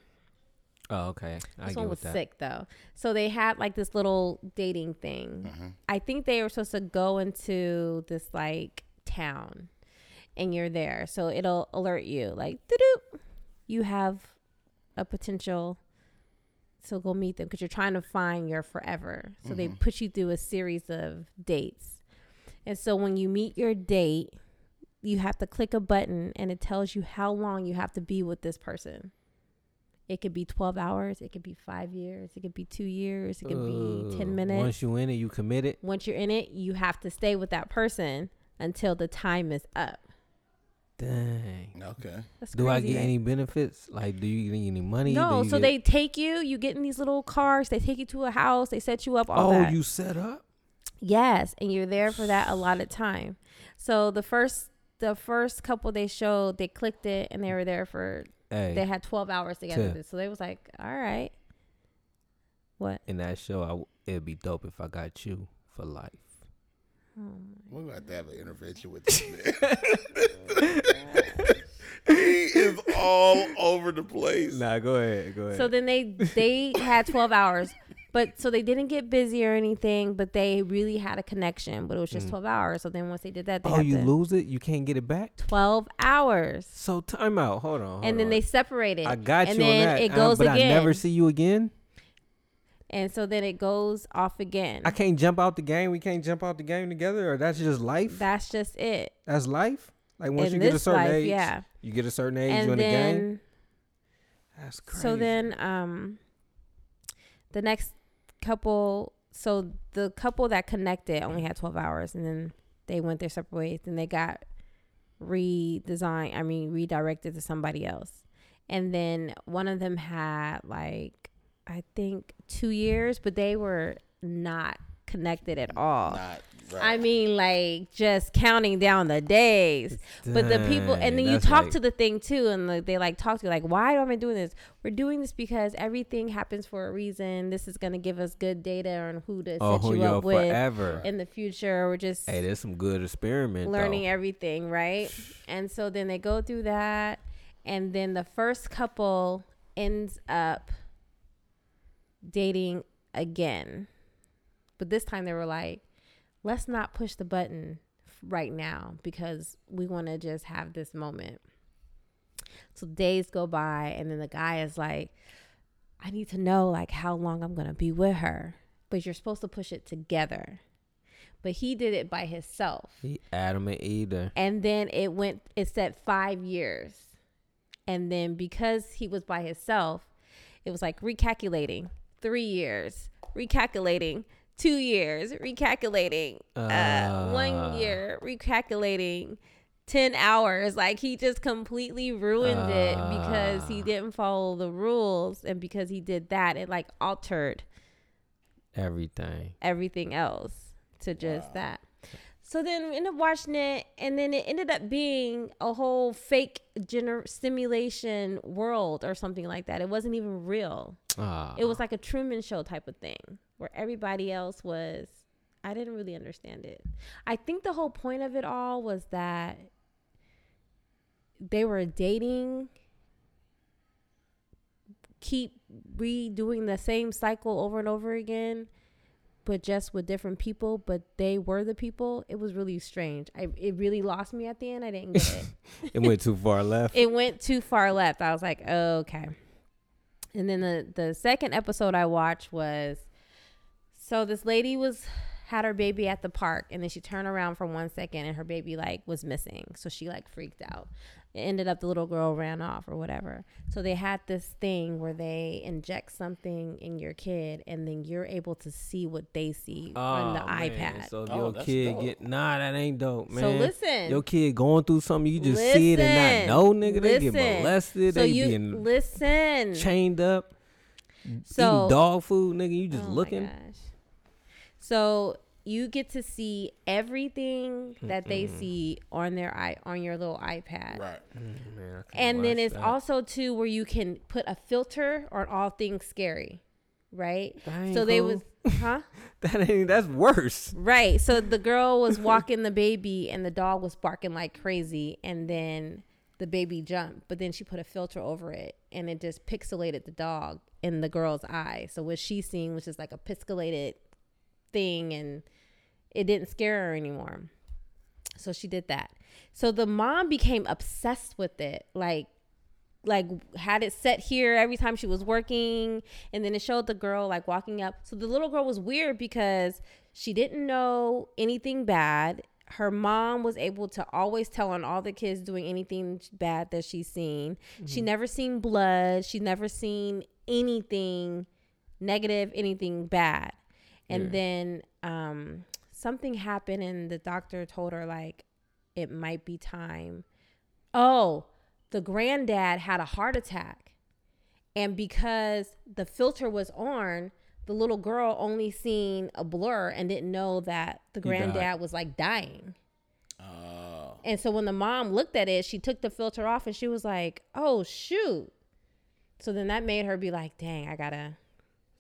Oh, okay. I This get one was with that. sick though. So they had like this little dating thing. I think they were supposed to go into this like town, and you're there, so it'll alert you like, doo you have a potential. So go meet them because you're trying to find your forever. So they Mm-hmm. put you through a series of dates, and so when you meet your date, you have to click a button, and it tells you how long you have to be with this person. It could be 12 hours. It could be five years. It could be two years. It could be 10 Ooh, minutes. Once, Once you in it, you committed. you're in it, you have to stay with that person until the time is up. Dang. Okay. That's Do I crazy, get right? any benefits? Like, do you get any money? Do No, you so get- they take you. You get in these little cars. They take you to a house. They set you up. All Oh, that. you set up. Yes, and you're there for that allotted time. So the first, the first couple they showed, they clicked it, and they were there for. Hey, They had 12 hours together. Tiff. So they was like, all right. What? in that show, I w- it'd be dope if I got you for life. We're gonna have to have an intervention with this man. [LAUGHS] he is all over the place. Nah, go ahead. Go ahead. So then they [LAUGHS] they had 12 hours, but so they didn't get busy or anything, but they really had a connection. But it was just 12 hours. So then once they did that, they Mm. oh, had you to- lose it. You can't get it back. 12 hours. So time out. Hold on. hold and then on. they separated. I got and you then on that. It uh, goes but again. I never see you again. and so then it goes off again. I can't jump out the game. We can't jump out the game together, or that's just life. That's just it. that's life. Like once In you get a this certain life, age, yeah. you get a certain age, you in and the game. then That's crazy. so then um the next couple so the couple that connected only had 12 hours and then they went their separate ways and they got redesigned i mean redirected to somebody else and then one of them had like i think two years but they were not connected at all. Not right. I mean, like just counting down the days. But the people, and Dang, then you that's talk like- to the thing too, and like, they like talk to you, like, why am I doing this? We're doing this because everything happens for a reason. This is gonna give us good data on who to Oh, set who you y'all up with forever. in the future. We're just hey, there's some good experiment. learning e- though. everything, right? And so then they go through that, and then the first couple ends up dating again. But this time they were like, let's not push the button f- right now because we want to just have this moment. So days go by, and then the guy is like, I need to know like how long I'm gonna be with her. But you're supposed to push it together. But he did it by himself He Adam and Eve. and then it went it said five years and then because he was by himself it was like recalculating three years recalculating two years recalculating uh, one Ah. year recalculating 10 hours like he just completely ruined it because he Ah. didn't follow the rules and because he did that it like altered Everything. everything else to just that. So then we ended up watching it, and then it ended up being a whole fake gener- simulation world or something like that. It wasn't even real. Ah, It was like a Truman Show type of thing where everybody else was. I didn't really understand it. I think the whole point of it all was that they were dating, keep redoing the same cycle over and over again, but just with different people, but they were the people. It was really strange. I, it really lost me at the end. I didn't get it it went too far left. [LAUGHS] it went too far left. I was like, okay. And then the the second episode I watched was so this lady was had her baby at the park and then she turned around for one second and her baby like was missing. So she like freaked out. It ended up the little girl ran off or whatever. So they had this thing where they inject something in your kid and then you're able to see what they see on the Oh, man. iPad. So So, if Oh, your that's kid dope. get nah, that ain't dope, man. listen. your kid going through something, you just see it and not know, nigga. They get listen. molested, So they you being listen. chained up, So eating dog food, nigga. You just Oh my looking. gosh. So you get to see everything that they see on their i on your little iPad. right. Man, I couldn't And then watch it's that. also too where you can put a filter on all things scary, right? That ain't so they cool. was huh? [LAUGHS] that ain't that's worse. Right. So the girl was walking the baby and the dog was barking like crazy and then the baby jumped, but then she put a filter over it and it just pixelated the dog in the girl's eye. So what she's seeing was just like a pixelated thing and it didn't scare her anymore. So she did that. So the mom became obsessed with it. Like like had it set here every time she was working and then it showed the girl like walking up so the little girl was weird because she didn't know anything bad her mom was able to always tell on all the kids doing anything bad that she's seen she never seen blood she never seen anything negative anything bad and then um, something happened and the doctor told her like it might be time oh, the granddad had a heart attack. And because the filter was on, the little girl only seen a blur and didn't know that the died. granddad was like dying. Oh. And so when the mom looked at it, she took the filter off and she was like, oh, shoot. So then that made her be like, dang, I gotta,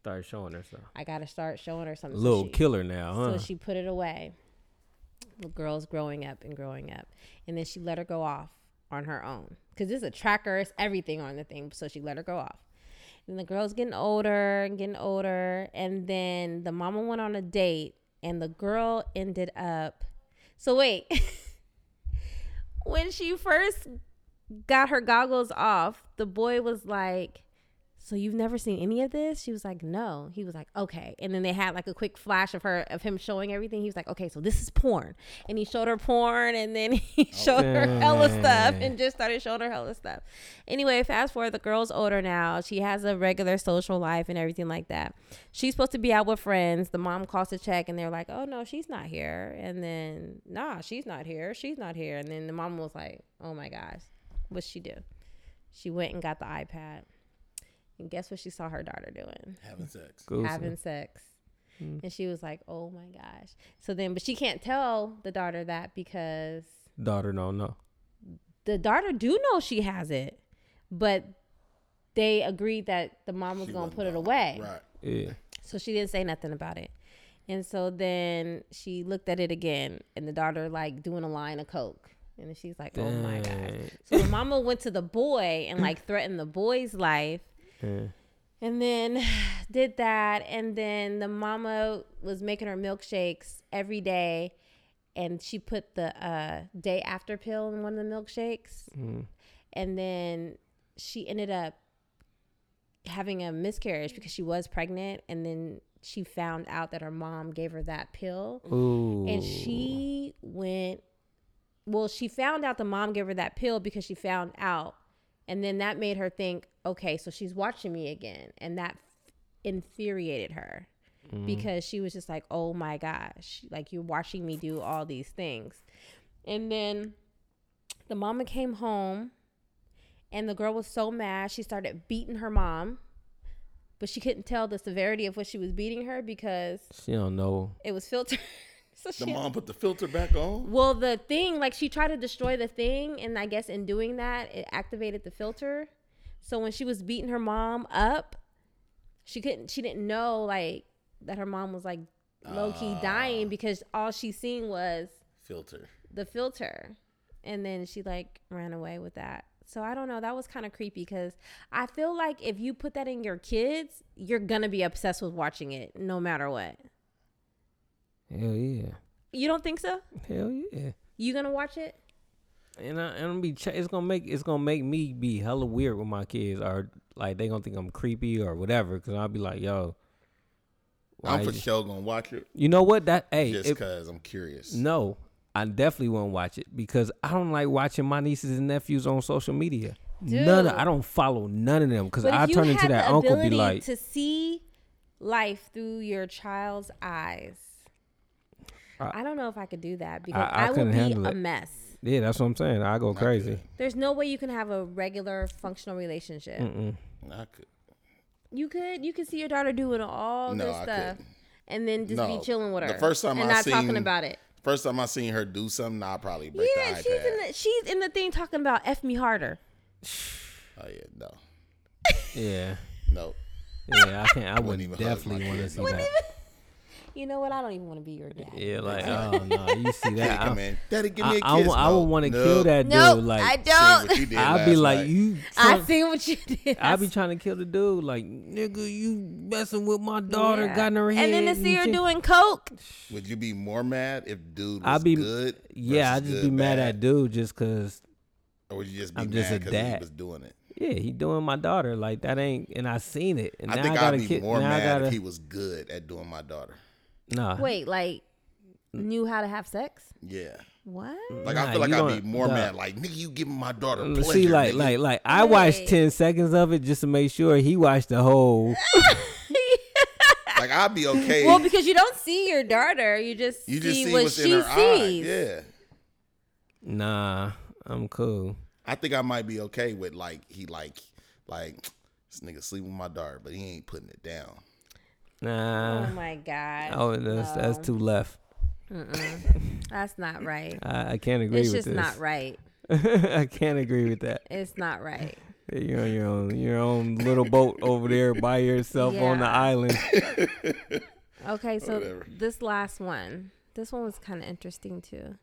Start showing herself. I gotta start showing her something. So Little she- killer now, huh? so she put it away. The girl's growing up and growing up. And then she let her go off on her own. Because this is a tracker, it's everything on the thing. So she let her go off. And the girl's getting older and getting older. And then the mama went on a date and the girl ended up. So wait. [LAUGHS] when she first got her goggles off, the boy was like, so you've never seen any of this she was like no he was like okay and then they had like a quick flash of her of him showing everything he was like okay so this is porn and he showed her porn and then [LAUGHS] he showed her hella stuff dang. and just started showing her hella stuff anyway fast forward the girl's older now she has a regular social life and everything like that she's supposed to be out with friends the mom calls to check and they're like oh no she's not here and then nah she's not here she's not here and then the mom was like oh my gosh what'd she do she went and got the ipad and guess what she saw her daughter doing? Having sex. Goose. Having sex. And she was like, "Oh my gosh!" So then, but she can't tell the daughter that because Daughter don't know. the daughter do know she has it, but they agreed that the mom was She gonna wasn't put it gonna- away. Right. Yeah. So she didn't say nothing about it. And so then she looked at it again, and the daughter like doing a line of coke, and then she's like, "Oh my gosh!" Dang. So the mama went to the boy and like threatened the boy's life. Yeah. And then [SIGHS] did that. And then the mama was making her milkshakes every day. And she put the uh, day after pill in one of the milkshakes. And then she ended up having a miscarriage because she was pregnant. And then she found out that her mom gave her that pill. Ooh. And she went, well, she found out the mom gave her that pill because she found out. And then that made her think, okay, so she's watching me again. And that infuriated her because she was just like, oh my gosh, like you're watching me do all these things. And then the mama came home and the girl was so mad, she started beating her mom. But she couldn't tell the severity of what she was beating her because she don't know. it was filtered. [LAUGHS] so The she mom put the filter back on. well, the thing, like she tried to destroy the thing, and I guess in doing that, it activated the filter. So when she was beating her mom up, she couldn't. She didn't know like that her mom was like low key dying because all she seen was Filter. the filter, and then she like ran away with that. So I don't know. That was kind of creepy because I feel like if you put that in your kids, you're gonna be obsessed with watching it no matter what. Hell yeah. You don't think so? Hell yeah. You gonna watch it? And I, and I'm be ch- it's gonna make it's gonna make me be hella weird with my kids or like they gonna think I'm creepy or whatever because I'll be like yo, I'm why for you- sure gonna watch it you know what that hey just if- cause I'm curious. no I definitely won't watch it because I don't like watching my nieces and nephews on social media. None of, Dude. I don't follow none of them because But if I you turn into had that the uncle be ability like to see life through your child's eyes. I, don't know if I could do that because I I, would couldn't be handle a it. mess. yeah that's what I'm saying I go crazy. There's no way you can have a regular functional relationship. I could. You could you could see your daughter doing all No, this I stuff couldn't. and then just No. be chilling with The her. first time and I not talking seen- about it. First time I seen her do something, I'll probably break Yeah, the iPad. she's in the she's in the thing talking about F me harder. oh yeah, no, Yeah, no. yeah I can not I wouldn't even hug my definitely want to kids. see that. You know what? I don't even want to be your dad. [LAUGHS] Yeah, like oh no, you see that? [LAUGHS] Come I, in, Daddy, give me a I, I, kiss. I would No, want to no. kill that No, dude. Like I Seen don't. what you did I'd be last like, night. you. [LAUGHS] I try- seen what you [LAUGHS] did. I be trying to kill the dude. Like, nigga, you messing with my daughter, Yeah. got in her head. And then to see her shit." doing coke. Would you be more mad if dude was I'd be- good? Yeah, I versus just good be mad bad? at dude just cause. Or would you just be I'm mad just a 'cause he dad. was doing it? Yeah, he doing my daughter like that ain't, and I seen it. And I now think I I'd gotta be ki- more now mad I gotta, if he was good at doing my daughter. nah. Wait, like knew how to have sex? Yeah. What? Like Nah, I feel like you I'd be don't- more nah. mad. Like nigga, you giving my daughter Mm, pleasure. See, like, nigga. like, like, I watched Wait. ten seconds of it just to make sure he watched the whole. Like, I'd [LAUGHS] be okay. Well, because you don't see your daughter, you just you see, just see, what what's she in her sees. eye. Yeah. Nah, I'm cool. I think I might be okay with like he like like this nigga sleep with my daughter, but he ain't putting it down. Nah. Oh my god. Oh, that's that's too left. That's not right. I, I can't agree It's with just this. not right. [LAUGHS] I can't agree with that. It's not right. You're on your own, your own little boat over there by yourself on the Yeah. island. Okay, so Whatever. this last one. This one was kind of interesting too.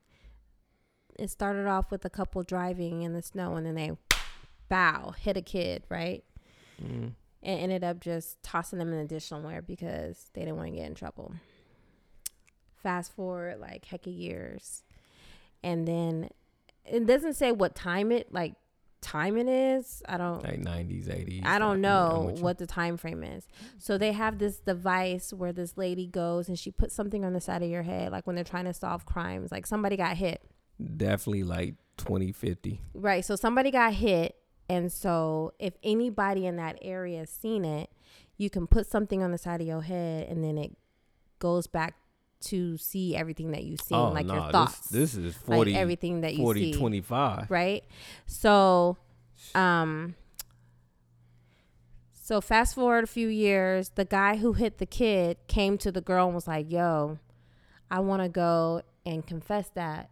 It started off with a couple driving in the snow and then they bow, hit a kid, right? And ended up just tossing them in the ditch somewhere because they didn't want to get in trouble. Fast forward like heck of years. And then it doesn't say what time it like time it is. I don't Like 90s, 80s. I I'm don't know with you. what the time frame is. So they have this device where this lady goes and she puts something on the side of your head, like when they're trying to solve crimes, like somebody got hit, Definitely like 2050. right? So somebody got hit, and so if anybody in that area has seen it, you can put something on the side of your head, and then it goes back to see everything that you've seen, oh, like nah, your thoughts, This, this is 40, like everything that you 40 see, 25. right? So, um, So fast forward a few years, the guy who hit the kid came to the girl and was like, "Yo, I want to go and confess that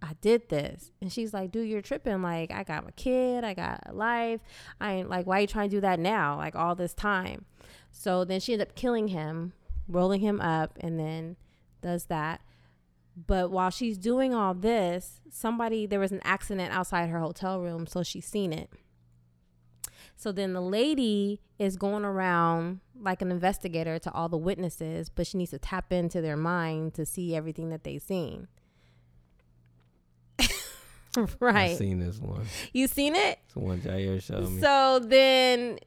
I did this." And she's like, "Dude, you're tripping. Like, I got my kid, I got a life. I ain't like, why you trying to do that now? Like all this time." So then she ended up killing him, rolling him up, and then does that. But while she's doing all this, somebody there was an accident outside her hotel room, so she's seen it. So then the lady is going around like an investigator to all the witnesses, but she needs to tap into their mind to see everything that they've seen. [LAUGHS] I right. seen this one. You seen it? It's the one Jair showed me. So then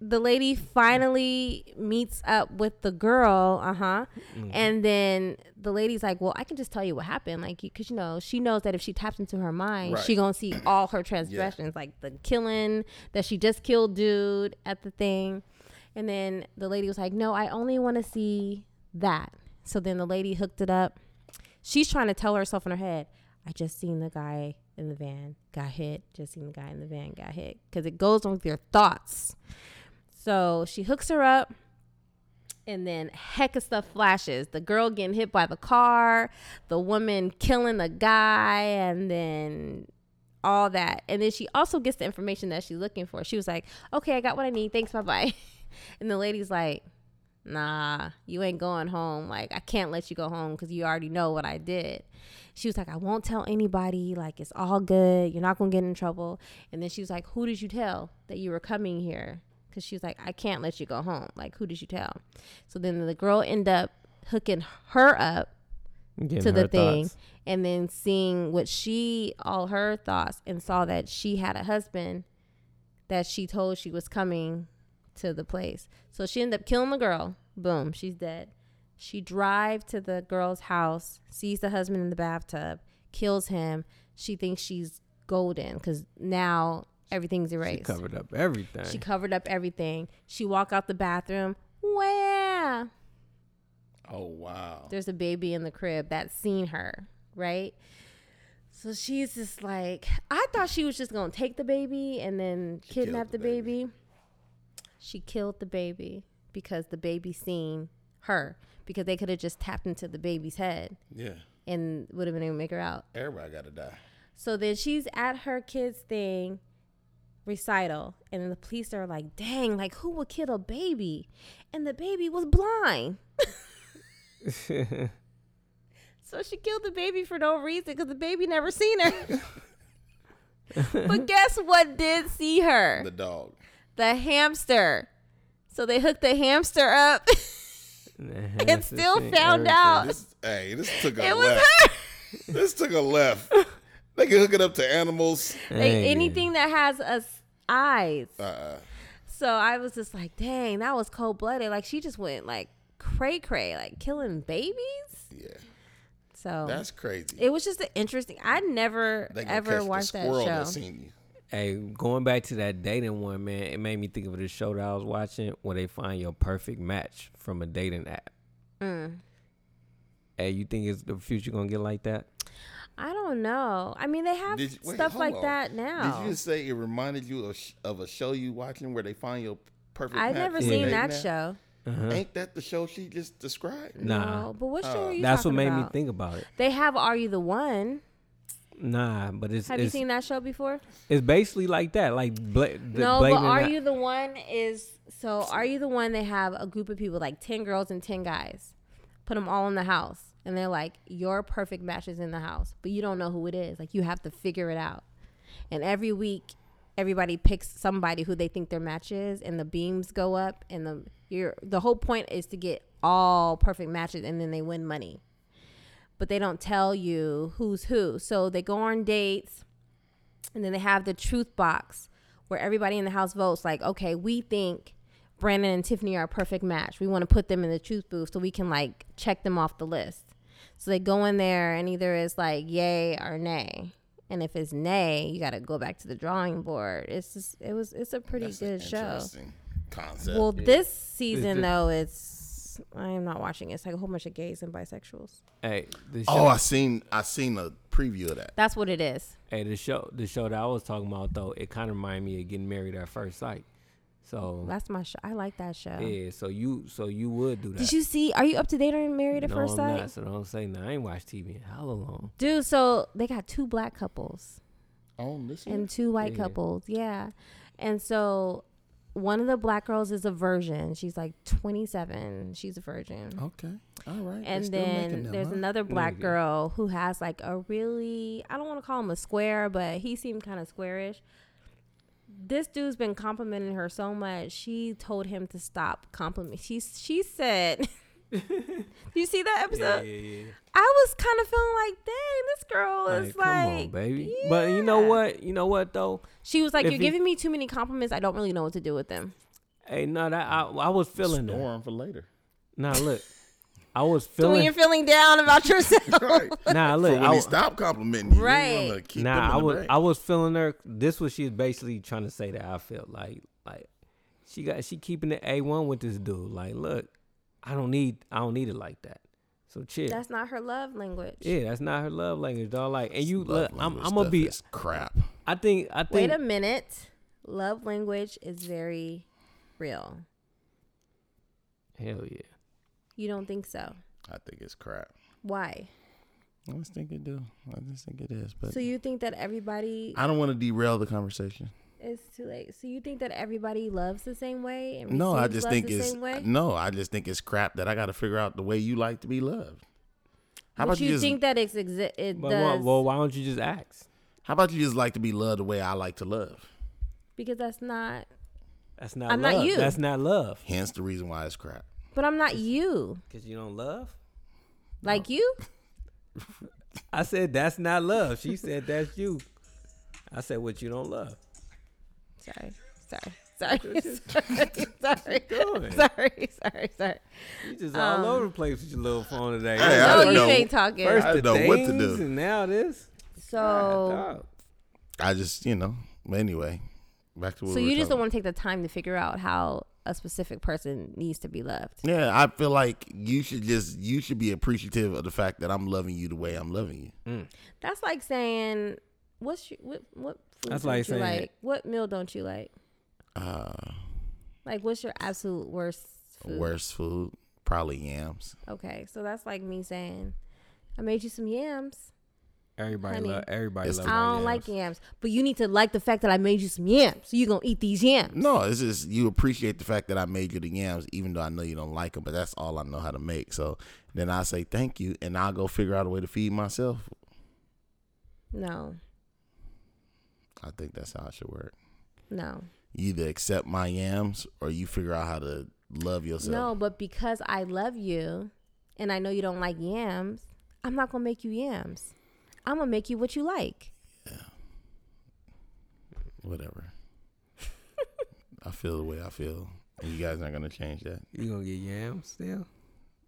the lady finally meets up with the girl, uh huh. And then the lady's like, "Well, I can just tell you what happened, like, because you know she knows that if she taps into her mind, Right. she gonna see all her transgressions, like the killing that she just killed dude at the thing." And then the lady was like, "No, I only want to see that." So then the lady hooked it up. She's trying to tell herself in her head, "I just seen the guy in the van got hit. Just seen the guy in the van got hit," because it goes on with your thoughts. So she hooks her up, and then heck of stuff flashes. The girl getting hit by the car, the woman killing the guy, and then all that. And then she also gets the information that she's looking for. She was like, okay, I got what I need. Thanks, bye bye. [LAUGHS] and the lady's like, nah, you ain't going home. Like, I can't let you go home because you already know what I did. She was like, I won't tell anybody. Like, it's all good. You're not going to get in trouble. And then she was like, Who did you tell that you were coming here? Because she was like, I can't let you go home. Like, who did you tell? So then the girl ended up hooking her up Getting to her the thing thoughts. and then seeing what she all her thoughts and saw that she had a husband that she told she was coming to the place so she ended up killing the girl boom she's dead she drive to the girl's house sees the husband in the bathtub kills him she thinks she's golden because now everything's She erased covered up everything. she covered up everything she walk out the bathroom wow Oh wow. there's a baby in the crib that's seen her, right? So she's just like, I thought she was just gonna take the baby and then killed kidnap the the, baby. She killed the baby because the baby seen her because they could have just tapped into the baby's head Yeah. and would have been able to make her out. Everybody gotta die. So then she's at her kids' thing recital, and then the police are like, "Dang, like who would kill a baby?" And the baby was blind. So she killed the baby for no reason because the baby never seen her. [LAUGHS] but guess what did see her? The dog. The hamster. So they hooked the hamster up [LAUGHS] and still found out This hey, this took a Uh, it was left. her. This took a left. They can hook it up to animals. Like anything that has us eyes. Uh, So I was just like, dang, that was cold blooded. Like she just went like cray cray, like killing babies. yeah, So that's crazy. it was just an interesting. I never They gonna catch ever the watched that squirrel show. seen you. Hey, going back to that dating one, man, it made me think of the show that I was watching where they find your perfect match from a dating app. Mm. Hey, you think it's the future gonna get like that? I don't know. I mean, they have Did you- wait, stuff hold like on. that now. Did you just say it reminded you of, sh- of a show you watching where they find your perfect? I've match never for Yeah. seen dating that app? show. Ain't that the show she just described? Nah. No, but what show Oh. are you? That's what talking made me about? think about it. They have "Are You the One." Nah, but it's Have it's, you seen that show before? it's basically like that, like bla- the no, but blaming "Are that- You the One" is so. "Are You the One"? They have a group of people, like ten girls and ten guys, put them all in the house, and they're like, "Your perfect match is in the house," but you don't know who it is. Like you have to figure it out. And every week, everybody picks somebody who they think their match is, and the beams go up, and the your the whole point is to get all perfect matches, and then they win money. but they don't tell you who's who. So they go on dates and then they have the truth box where everybody in the house votes like, okay, we think Brandon and Tiffany are a perfect match. We want to put them in the truth booth so we can like check them off the list. So they go in there and either it's like yay or nay. And if it's nay, you got to go back to the drawing board. It's just, it was it's a pretty That's an good show. Interesting concept. Well, this season the- though, it's I am not watching. it. It's like a whole bunch of gays and bisexuals. Hey, the show, oh, I seen I seen a preview of that. That's what it is. hey, the show, the show that I was talking about though, it kind of reminded me of getting married at first sight. So That's my show. I like that show. yeah, so you so you would do that. Did you see? Are you up to date on Married at no, First I'm Sight? not. So don't say no. I ain't watched TV in how long? Dude, so they got two black couples On Oh, this year? and two white Yeah. couples. Yeah. And so one of the black girls is a virgin. She's like 27. She's a virgin. Okay. All right. They're and still making then them, there's huh? another black yeah. girl who has like a really I don't want to call him a square, but he seemed kind of squarish. This dude's been complimenting her so much. She told him to stop complimenting. She she said, [LAUGHS] "You see that [LAUGHS] Yeah, episode? yeah, yeah. I was kind of feeling like, dang, this girl is Like, like, come on, baby. But you know yeah. what? You know what though? She was like, If you're he- giving me too many compliments. I don't really know what to do with them. Hey, no, that I, I was feeling Store that. 'em for [LAUGHS] later. Now [LAUGHS] look, I was So when you're feeling. feeling down about yourself, [LAUGHS] right. [LAUGHS] Nah, But look, when I, he was- stopped complimenting you, Right. you want to keep them in nah, I the was bag. I was feeling her. This was she's basically trying to say that I felt like like she got she keeping the a one with this dude. Like, look, I don't need I don't need it like that. So chill. that's not her love language. yeah, that's not her love language, dog. Like, and you look, Love I'm language I'm gonna stuff be. is crap. I think I think Wait a minute. Love language is very real. hell yeah. You don't think so? I think it's crap. Why? I just think it do. I just think it is. But so you think that everybody I don't want to derail the conversation. is too late? So you think that everybody loves the same way? And No, I receives just love think the it's same way? no. I just think it's crap that I got to figure out the way you like to be loved. How But about you, you just? think that it's exi- it But why, does well, why don't you just ask? how about you just like to be loved the way I like to love? because that's not. That's not. I'm love. not you. That's not love. Hence the reason why it's crap. But I'm not you. Cause you don't love. Like you? I said that's not love. She said that's you. I said what you don't love. Sorry, sorry, sorry, [LAUGHS] [LAUGHS] sorry, sorry, doing? sorry, sorry, sorry. You just Um, all over the place with your little phone today. Hey, I No, don't you know. ain't talking. First I the know what to things do. and now this. so, Dog. I just you know. But anyway, back to what so we were you just don't talking- want to take the time to figure out how a specific person needs to be loved. Yeah, I feel like you should just you should be appreciative of the fact that I'm loving you the way I'm loving you. That's like saying, "What's your, what what food That's don't like you saying- like? What meal don't you like? Uh, Like, what's your absolute worst food? worst food, probably yams. Okay, so that's like me saying, "I made you some yams. Everybody Honey. love. Everybody It's love. the- my I don't yams. like yams, but you need to like the fact that I made you some yams. So you gonna eat these yams? No, it's just you appreciate the fact that I made you the yams, even though I know you don't like them. But that's all I know how to make. So then I say thank you, and I'll go figure out a way to feed myself. No, I think that's how it should work. no." You either accept my yams, or you figure out how to love yourself. No, but because I love you and I know you don't like yams, I'm not going to make you yams. I'm going to make you what you like. [LAUGHS] Whatever. I feel the way I feel, and you guys aren't gonna change that. You gonna get yams still?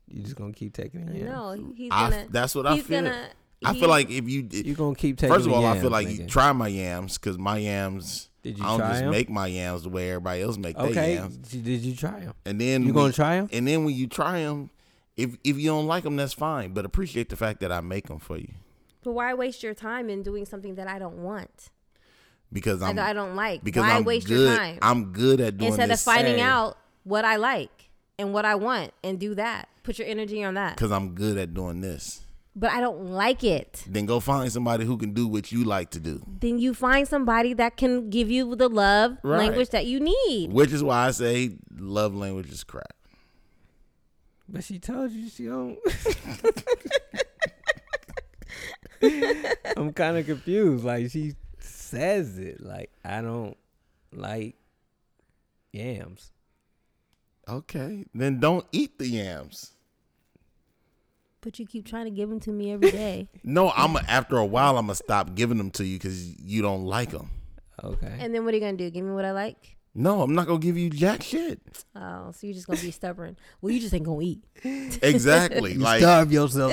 You just gonna keep taking the yams? No, he- he's I- going to. that's what I he's feel. Gonna, I he- feel like if you You gonna keep taking? First of the all, I yams, feel like you nigga. try my yams because my yams. Did you I don't try just 'em? make my yams the way everybody else make their Okay. yams. Mm. d- Did you try them? And then You when- gonna try 'em? And then when you try them, if if you don't like them, that's fine. But appreciate the fact that I make them for you But why waste your time in doing something that I don't want? because I, I'm don't- I don't like. because why I'm waste good. your time? I'm good at doing Instead of this finding Hey. out what I like and what I want and do that. Put your energy on that. because I'm good at doing this. But I don't like it. Then go find somebody who can do what you like to do, Then you find somebody that can give you the love Right. language that you need. which is why I say love language is crap. But she told you she don't. [LAUGHS] I'm kind of confused. Like she says it. Like I don't like yams. Okay, then don't eat the yams. But you keep trying to give them to me [LAUGHS] every day. No, I'm after a while I'm gonna stop giving them to you because you don't like them. Okay. And then what are you gonna do? Give me what I like? No, I'm not gonna give you jack shit. Oh, so you're just gonna be stubborn? Well, you just ain't gonna eat. [LAUGHS] Exactly. like Starve yourself.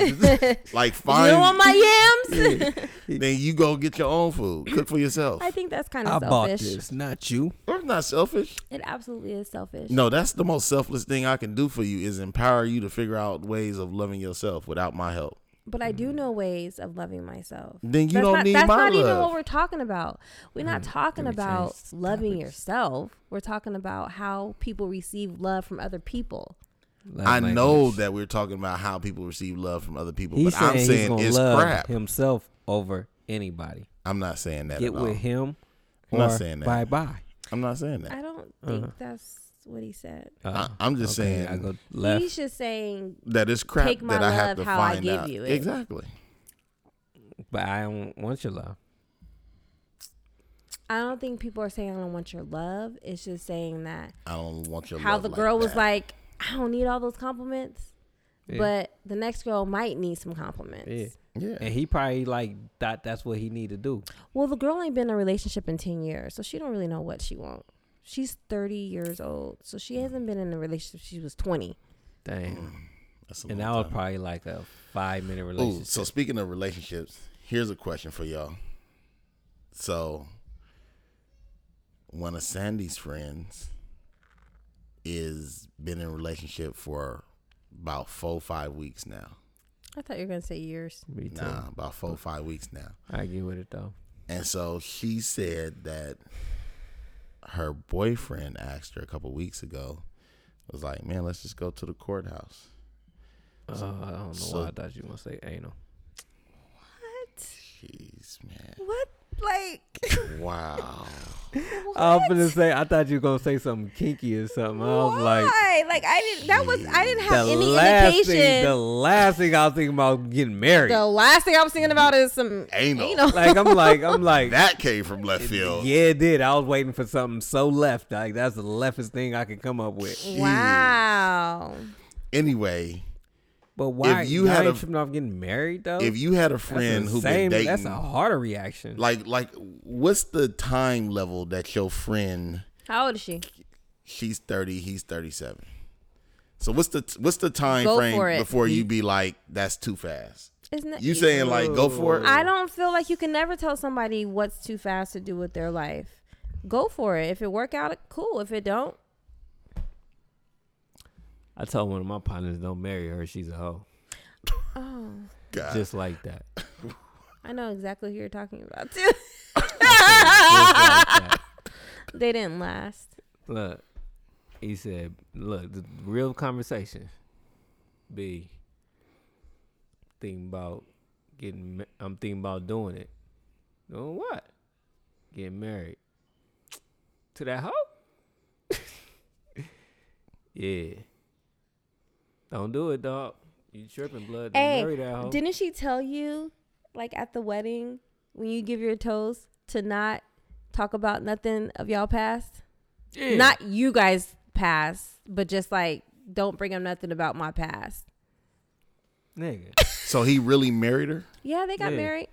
like You don't want find my [LAUGHS] yams? [LAUGHS] then you go get your own food. Cook for yourself. I think that's kind I of bought selfish. this, not you. That's not selfish. It absolutely is selfish. No, that's the most selfless thing I can do for you is empower you to figure out ways of loving yourself without my help. But I do know ways of loving myself. Then you that's don't not, need That's my not even love. Mm-hmm. what we're talking about. We're not talking let me change about s- loving topics. yourself. We're talking about how people receive love from other people. Love I know language. that we're talking about how people receive love from other people, He's but I'm saying, he's saying gonna it's love crap. himself over anybody. I'm not saying that Get at all. with him I'm or not saying that. bye bye. I'm not saying that. uh-huh. I don't think that's what he said. I, I'm just Uh-huh. Okay, I saying go He's left. just saying that it's crap Take my that I have love to how I find give out. you it. Exactly. But I don't want your love. I don't think people are saying I don't want your love. It's just saying that I don't want your how love the girl was that. like, I don't need all those compliments, Yeah. but the next girl might need some compliments. Yeah. Yeah. And he probably like thought that's what he need to do. Well, the girl ain't been in a relationship in 10 years, so she don't really know what she wants. She's 30 years old, so she hasn't been in a relationship. She was 20. Damn. That's a And Mm, long that was time. probably like a five minute Ooh, relationship. so speaking of relationships, here's a question for y'all. So, one of Sandy's friends is been in a relationship for about four five weeks now. I thought you were going to say years. Me too. Nah, about four five weeks now. I get with it though. And so she said that her boyfriend asked her a couple weeks ago, was like, "Man, let's just go to the courthouse." Uh, I don't know so- why I thought you were gonna say anal. Jeez, man! What? Like, Wow. I was gonna say I thought you were gonna say something kinky or something. I was like why? Like, I didn't, that was, I didn't the have any last thing, indication. the last thing I was thinking about was getting married. the last thing I was thinking about is some Anal. Like I'm like I'm like [LAUGHS] That came from left field. yeah, it did. I was waiting for something so left. Like that's the leftest thing I could come up with. [LAUGHS] Wow. Anyway, But why you you had had a- ain't tripping off getting married though? if you had a That's friend the who same- been dating, that's a harder reaction. like, like, what's the time level that your friend? How old is she? She's thirty. He's thirty-seven. So what's the what's the time Go for frame it. before you be like, that's too fast? Isn't that You saying like, go for it? I don't feel like you can never tell somebody what's too fast to do with their life. Go for it. If it work out, cool. If it don't, I told one of my partners, don't marry her. She's a hoe. oh, God. Just like [LAUGHS] that. I know exactly who you're talking about [LAUGHS] too. Just like that. they didn't last. Look, he said, look, the real conversation be thinking about getting, ma- I'm thinking about doing it. Doing what? Getting married. To that hoe? [LAUGHS] yeah. Don't do it, dog. You tripping, blood. Don't marry that Hey, hoe. didn't she tell you like at the wedding when you give your toast to not talk about nothing of y'all past? Yeah. Not you guys past, but just like don't bring up nothing about my past. Nigga. so he really married her. Yeah, they got Yeah. married.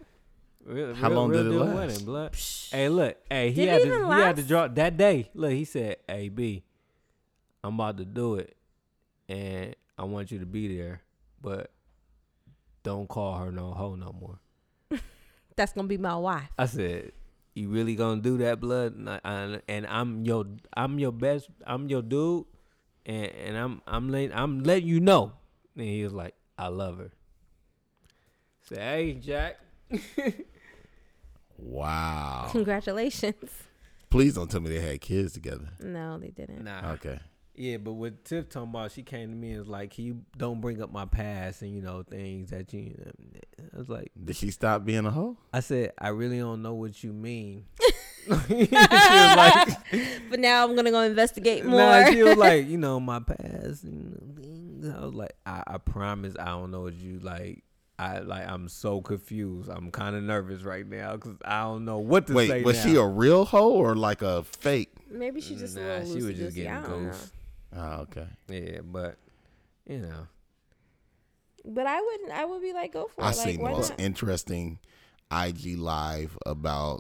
Real, How real- long real did it deal last? Wedding, blood. Hey, look. Hey, he Did it had to, even he had to last? draw that day. Look, he said, "Hey, B, I'm about to do it, and I want you to be there, but don't call her no hoe no more." That's gonna be my wife. I said, "You really gonna do that, blood?" And, I, I- and I'm your, I'm your best, I'm your dude, and, and I'm, I'm letting, I'm letting you know. And he was like, "I love her." Say, "Hey, Jack." Oh. Wow. Congratulations. [LAUGHS] Please don't tell me they had kids together. No, they didn't. Nah. Okay. Yeah, but what Tiff talking about, she came to me and was like, "Can you don't bring up my past and you know things that you?" you know." I was like, Did she stop being a hoe? "I said I really don't know what you mean." [LAUGHS] [LAUGHS] she was like, But now I'm gonna go investigate [LAUGHS] more. nah, she was like, "You know my past and things." I was like, "I, I promise I don't know what you like." I like I'm so confused. I'm kind of nervous right now because I don't know what to say. Wait, was she now. a real hoe or like a fake? Maybe she just a Nah, little she was loosey-goosey. just I getting don't know. ghost. Oh, okay. Yeah, but you know, But I wouldn't. I would be like, go for I it. Like, seen the why most not? interesting IG live about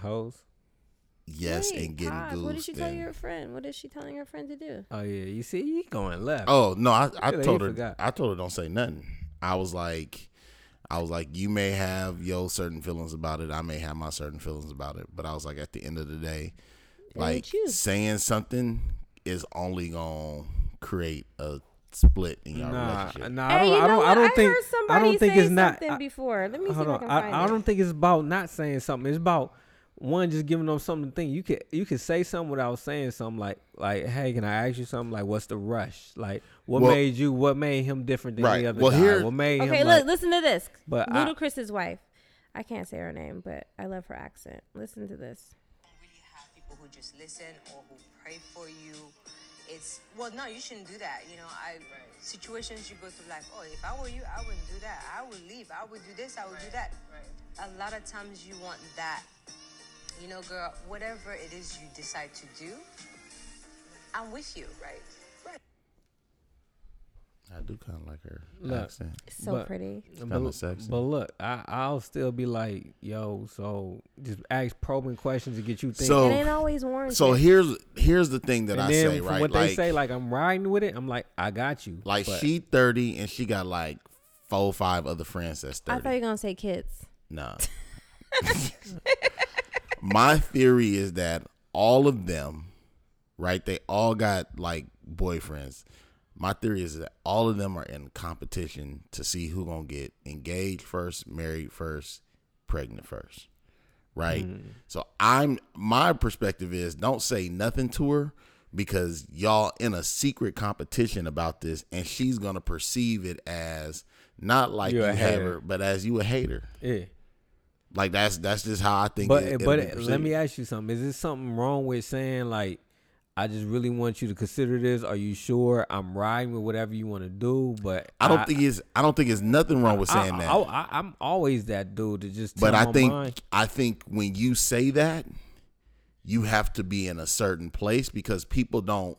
hoes. yes Wait, and getting pause. goosed. What did she tell and- your friend? What is she telling her friend to do? Oh yeah, you see, you going left. Oh no, I, I Yeah, he told her. forgot. I told her don't say nothing. I was like, I was like, you may have your certain feelings about it. I may have my certain feelings about it. But I was like, at the end of the day, ain't like you. saying something is only gonna create a split in your Nah, relationship. nah. I Hey, don't. you I know don't. what? I don't think. heard I somebody don't think say it's not. something I- before. Let me see hold if I on. can find I, I it. don't think it's about not saying something. It's about one just giving them something to think. You could you could say something without saying something like like Hey, can I ask you something? Like, what's the rush? Like, what Well- made you? What made him different than Right. the other Well, guy? here- what made Okay, him? look, like- listen to this. But I- Ludacris's wife. I can't say her name, but I love her accent. Listen to this. really have people who just listen or who pray for you. It's well, no, you shouldn't do that. You know, I situations you go through like, oh, if I were you, I wouldn't do that. I would leave. I would do this. I would do that. Right. A lot of times you want that. You know, girl, whatever it is you decide to do, I'm with you. Right. Right. I do kind of like her Look. accent. So But- pretty. kinda but, sexy. but look, I, I'll still be like, yo, so just ask probing questions to get you thinking. So- it ain't always warranted. Oh, So here's here's the thing that and I then say, from right? what like, they say, like I'm riding with it, I'm like, I got you. like But- she thirty and she got like four, five other friends that's I thirty. thought you were gonna say kids. Nah. My theory is that all of them, right? They all got like boyfriends. My theory is that all of them are in competition to see who gonna get engaged first, married first, pregnant first. Right? Hmm. So I'm my perspective is don't say nothing to her because y'all in a secret competition about this and she's gonna perceive it as not like you You're a have hater. her, but as you a hater. yeah. Like that's that's just how I think. e- But eh, it- it'll but be let perceived. me ask you something. Is there something wrong with saying like, I just really want you to consider this? Are you sure? I'm riding with whatever you want to do, but I don't think it's I don't think it's nothing wrong with I- saying I, that. I, am always that dude to just. but tell I my think mind. I think when you say that, you have to be in a certain place because people don't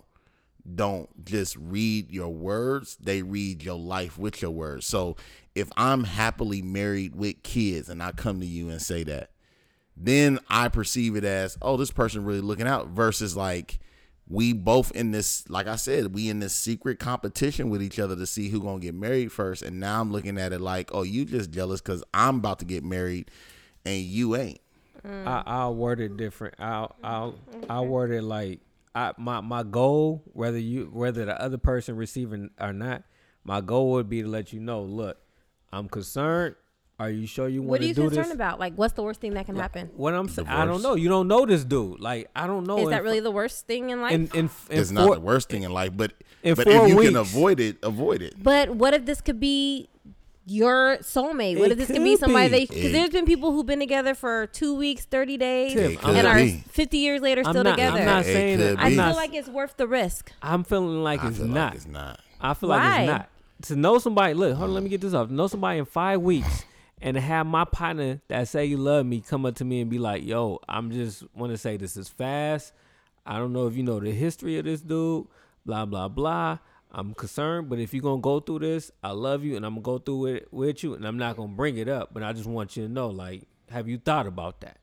don't just read your words; they read your life with your words. So if I'm happily married with kids and I come to you and say that, then I perceive it as, oh, this person really looking out versus like we both in this, like I said, we in this secret competition with each other to see who gonna get married first. And now I'm looking at it like, oh, you just jealous because I'm about to get married and you ain't. Mm. I, I'll word it different. I'll I'll I'll word it like I my my goal whether you whether the other person receiving or not, my goal would be to let you know. Look, I'm concerned. Are you sure you want What are to you do concerned this? about? Like, what's the worst thing that can happen? What I'm saying, I don't Divorce. know. You don't know this dude. Like I don't know. Is in that fr- really the worst thing in life? In, [GASPS] in, in It's not four- the worst thing in life, but in but four if you weeks- can avoid it, avoid it. but what if this could be your soulmate? What It if this could be could somebody be. that? Because there's been people who've been together for two weeks, thirty days, Tim, It I'm could and are be. fifty years later I'm still not, together. I'm not It saying could that. I I'm be. feel not. like it's worth the risk. I'm feeling like I it's feel not. like it's not. I feel like Why? it's not. To know somebody, look, hold on, Uh-huh. let me get this off. To know somebody in five weeks and to have my partner that say you love me come up to me and be like, yo, I'm just want to say this is fast. I don't know if you know the history of this dude, blah, blah, blah. I'm concerned, but if you're going to go through this, I love you and I'm going to go through it with you and I'm not going to bring it up, but I just want you to know, like, have you thought about that?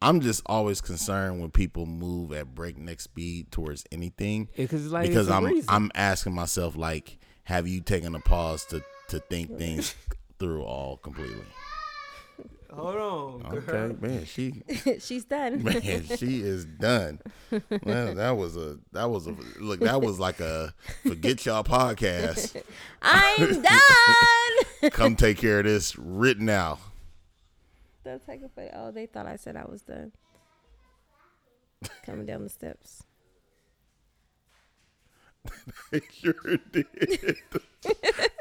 I'm just always concerned when people move at breakneck speed towards anything. Yeah, 'cause it's like, because it's a I'm reason. I'm asking myself like, have you taken a pause to to think things through all completely? Hold on. [LAUGHS] Okay, man, she [LAUGHS] She's [LAUGHS] done. man she is done. Well, that was a that was a look that was like a forget y'all podcast. [LAUGHS] I'm done. [LAUGHS] Come take care of this right now. [LAUGHS] That's heck funny. Oh, they thought I said I was done. Coming down the steps. They sure did.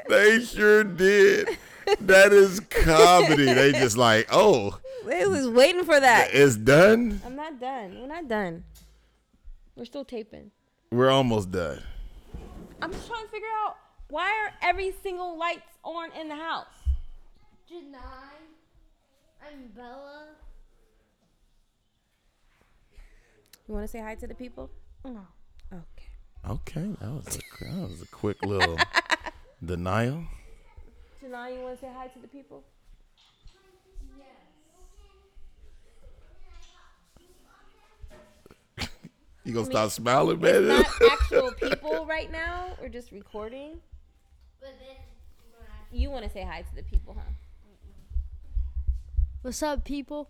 they sure did. That is comedy. They just like, oh, They was waiting for that. it's done. I'm not done. We're not done. We're still taping. We're almost done. I'm just trying to figure out why are every single lights on in the house? Janai, I'm Bella. You want to say hi to the people? No. Okay. Okay, that was a, that was a quick [LAUGHS] little denial. Janai, you want to say hi to the people? You gonna stop smiling, man? Not actual [LAUGHS] people right now. We're just recording. But then, You want to say hi to the people, huh? what's up, people?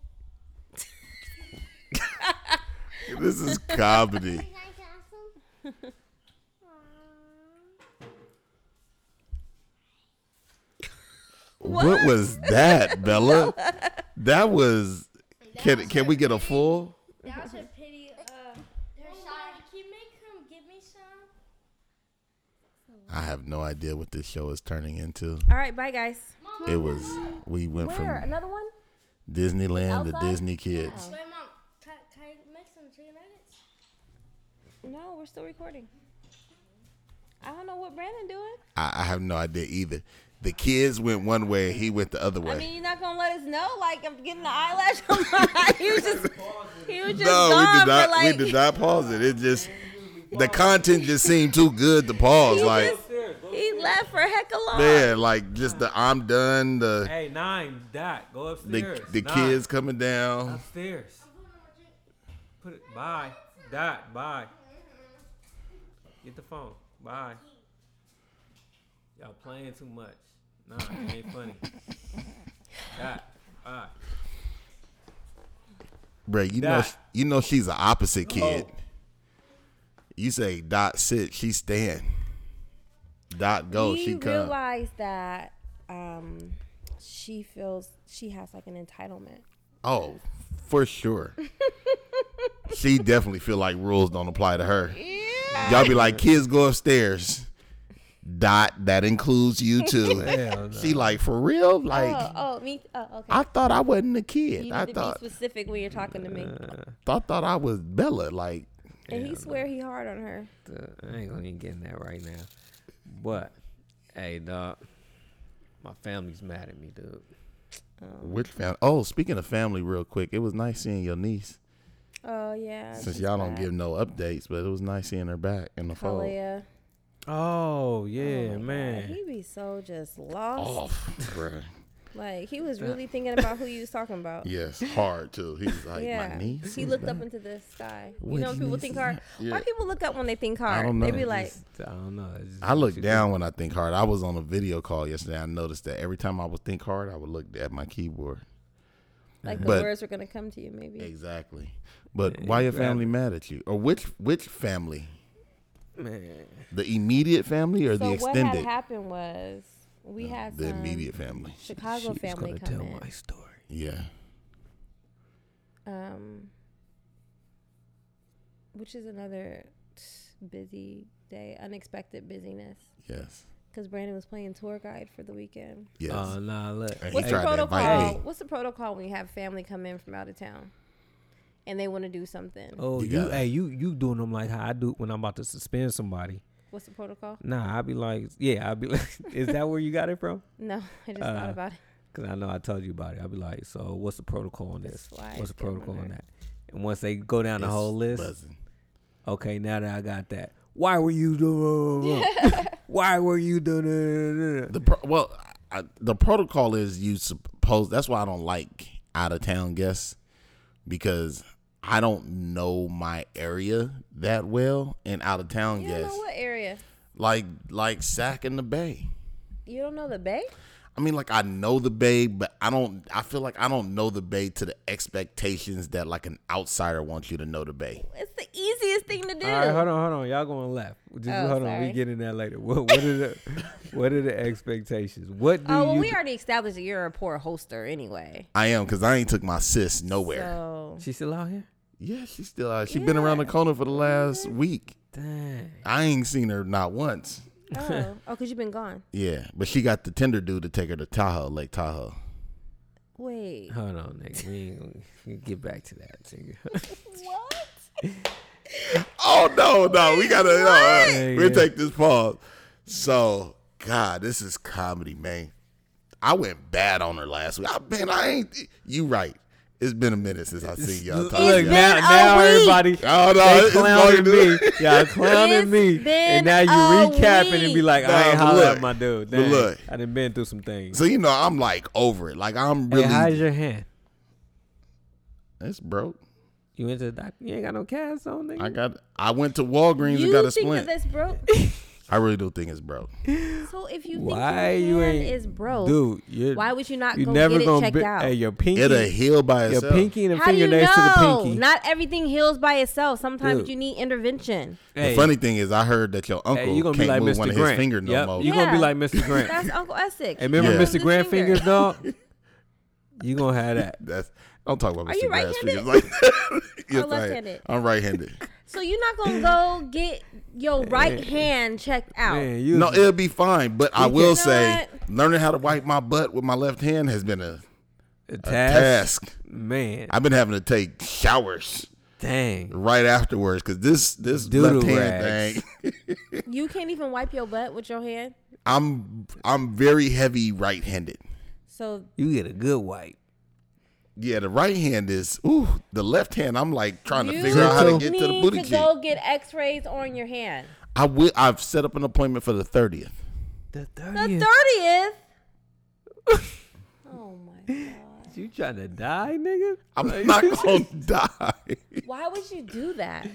[LAUGHS] this is comedy. [LAUGHS] Can I ask them? What, was [LAUGHS] that, Bella? that was. Can can we get a full? That's a pity. Uh, her side. Can you make him give me some? I have no idea what this show is turning into. All right, bye guys. It was we went Hmm. Where? from Another one? Disneyland to Outside? Disney Kids. Wait, mom. Can, can I make some chicken nuggets? No, we're still recording. I don't know what Brandon doing. I, I have no idea either. The kids went one way, he went the other I way. mean, you're not gonna let us know. Like, I'm getting the eyelash on my [LAUGHS] eye. He was just, he was just no, gone we did not. for like. we did not pause it. It just [LAUGHS] the content just seemed too good to pause. He, Like just, he left for heck alone. man, like just the I'm done. The Hey, nine, dot, go the, upstairs. the Nine, kids coming down. upstairs. Put it. Bye, dot. Bye. Get the phone. Bye. Y'all playing too much. Nah, it [LAUGHS] ain't funny. Dot. Bye. Bruh, you know, Dot. you know she's the opposite kid. Oh. You say dot sit, she stand. Dot go, he oh, she come. realized that um, she feels she has like an entitlement. oh, for [LAUGHS] sure. she definitely feel like rules don't apply to her. Y'all be like, kids go upstairs. Dot, that includes you [LAUGHS] too. Hell no. She like for real? Like oh, oh, me. Oh, okay. I thought I wasn't a you kid. need I to thought Uh, be specific when you're talking to me. I thought I was Bella. Like and he swear he hard on her. Uh, I ain't gonna even get in that right now. But hey, dog, my family's mad at me, dude. which family? Oh, speaking of family, real quick, it was nice seeing your niece. Oh yeah. Since she's y'all don't bad. give no updates, but it was nice seeing her back in the fold. Kalia. Oh yeah, Oh, man. He be so just lost. Off, bruh. Like he Uh, was [LAUGHS] really thinking about who you was talking about. Yes, hard too. He was like, my niece. He is looked back. up into the sky. Which you know, when people niece think is hard. that? [LAUGHS] Why Yeah. people look up when they think hard? don't They know. be like, Just- I don't know. it's just I what look you down when I think hard. I was on a video call yesterday. I noticed that every time I would think hard, I would look at my keyboard. like the But- words were gonna come to you. Maybe Exactly. But why your grab family mad at you? Or which which family? do. Man, The immediate family or So the what had extended? happened was we had The some immediate family. she Chicago was family gonna come tell in. my story. Yeah. um, which is another busy day, unexpected busyness. Yes. Because Brandon was playing tour guide for the weekend. Yes. Oh nah, look. And he What's the tried to invite protocol? me. What's the protocol when you have family come in from out of town, and they want to do something? Oh, You you, got it. hey, you you doing them like how I do when I'm about to suspend somebody. What's the protocol? Nah, I'd be like, yeah, I'd be [LAUGHS] like, is that where you got it from? No, [LAUGHS] I just Uh, thought about it. Because I know I told you about it. I'd be like, so what's the protocol on this? Just slide What's the them on protocol on there. that? And once they go down the whole list, Buzzing. okay, now that I got that, why were you doing? [LAUGHS] [LAUGHS] why were you doing? The pro- well, I, the protocol is you suppose. That's why I don't like out of town guests because I don't know my area that well. And out of town You don't guests, know what area. like like Sac and the Bay. You don't know the Bay. I mean, like I know the Bay, but I don't. I feel like I don't know the Bay to the expectations that like an outsider wants you to know the Bay. It's the easiest thing to do. All right, hold on, hold on. Y'all going left. Just Oh, hold on. sorry. We get in that later. What, what are the what are the expectations? What do Oh, well, you? we already established that you're a poor hoster anyway. I am because I ain't took my sis nowhere. [LAUGHS] So She still out here? yeah, she's still out. She been around the corner for the last week. Dang. I ain't seen her not once. oh, oh, cause you've been gone. Yeah, but she got the Tinder dude to take her to Tahoe, Lake Tahoe. Wait, Hold on, nigga. We ain't gonna [LAUGHS] we get back to that, [LAUGHS] nigga. what? Oh no, no, we gotta no, uh, What? we'll take this pause. So God, this is comedy, man. I went bad on her last week. I man, I ain't you right. It's been a minute since I seen y'all. talk Look, y'all. now, been a now week. everybody Oh, no, they it's clowning fucking- me. [LAUGHS] Y'all clowning It's me. And been now you a recapping and be week. like, I Nah, ain't but holler look, at my dude. but Dang, look. I done been through some things. So you know, I'm like over it. Like I'm Hey, really how's your hand? it's broke. You went to the doctor? You ain't got no cast on, nigga? I got I went to Walgreens You and got a think [LAUGHS] splint. that that's broke? I really do think it's broke. So if you Why think you your hand ain't- is broke, Dude, you're, why would you not you go never get it gonna checked be, out? Hey, your pinky, It'll heal by your itself. pinky and the How do you fingernails to the know? pinky. Not everything heals by itself. Sometimes Dude. you need intervention. The Hey, funny thing is, I heard that your uncle hey, you gonna can't be like move Mr. one Grant. of his finger no Yep, more. You gonna be Yeah. like Mr. Grant. That's Uncle Essex. And remember Yeah. Mr. His Grant finger. fingers, dog? [LAUGHS] You gonna have that. That's don't talk about Are Mr. you Grant's fingers right-handed? Oh, like [LAUGHS] that. Yes, I am. left-handed? I'm right-handed. [LAUGHS] So you're not gonna go get your right hand checked out. Man, you no, it'll be fine. But I will know say, what? learning how to wipe my butt with my left hand has been a a task. task. Man, I've been having to take showers dang. right afterwards because this this Doodle left hand rags. thing. You can't even wipe your butt with your hand. I'm I'm very heavy right-handed. So You get a good wipe. Yeah, the right hand is ooh. The left hand, I'm like trying to you figure out how to get need to the booty to cheek. go get X-rays on your hand. I will. I've set up an appointment for the thirtieth. The The 30th. thirtieth. [LAUGHS] oh my god! you trying to die, nigga? I'm not [LAUGHS] gonna die. Why would you do that?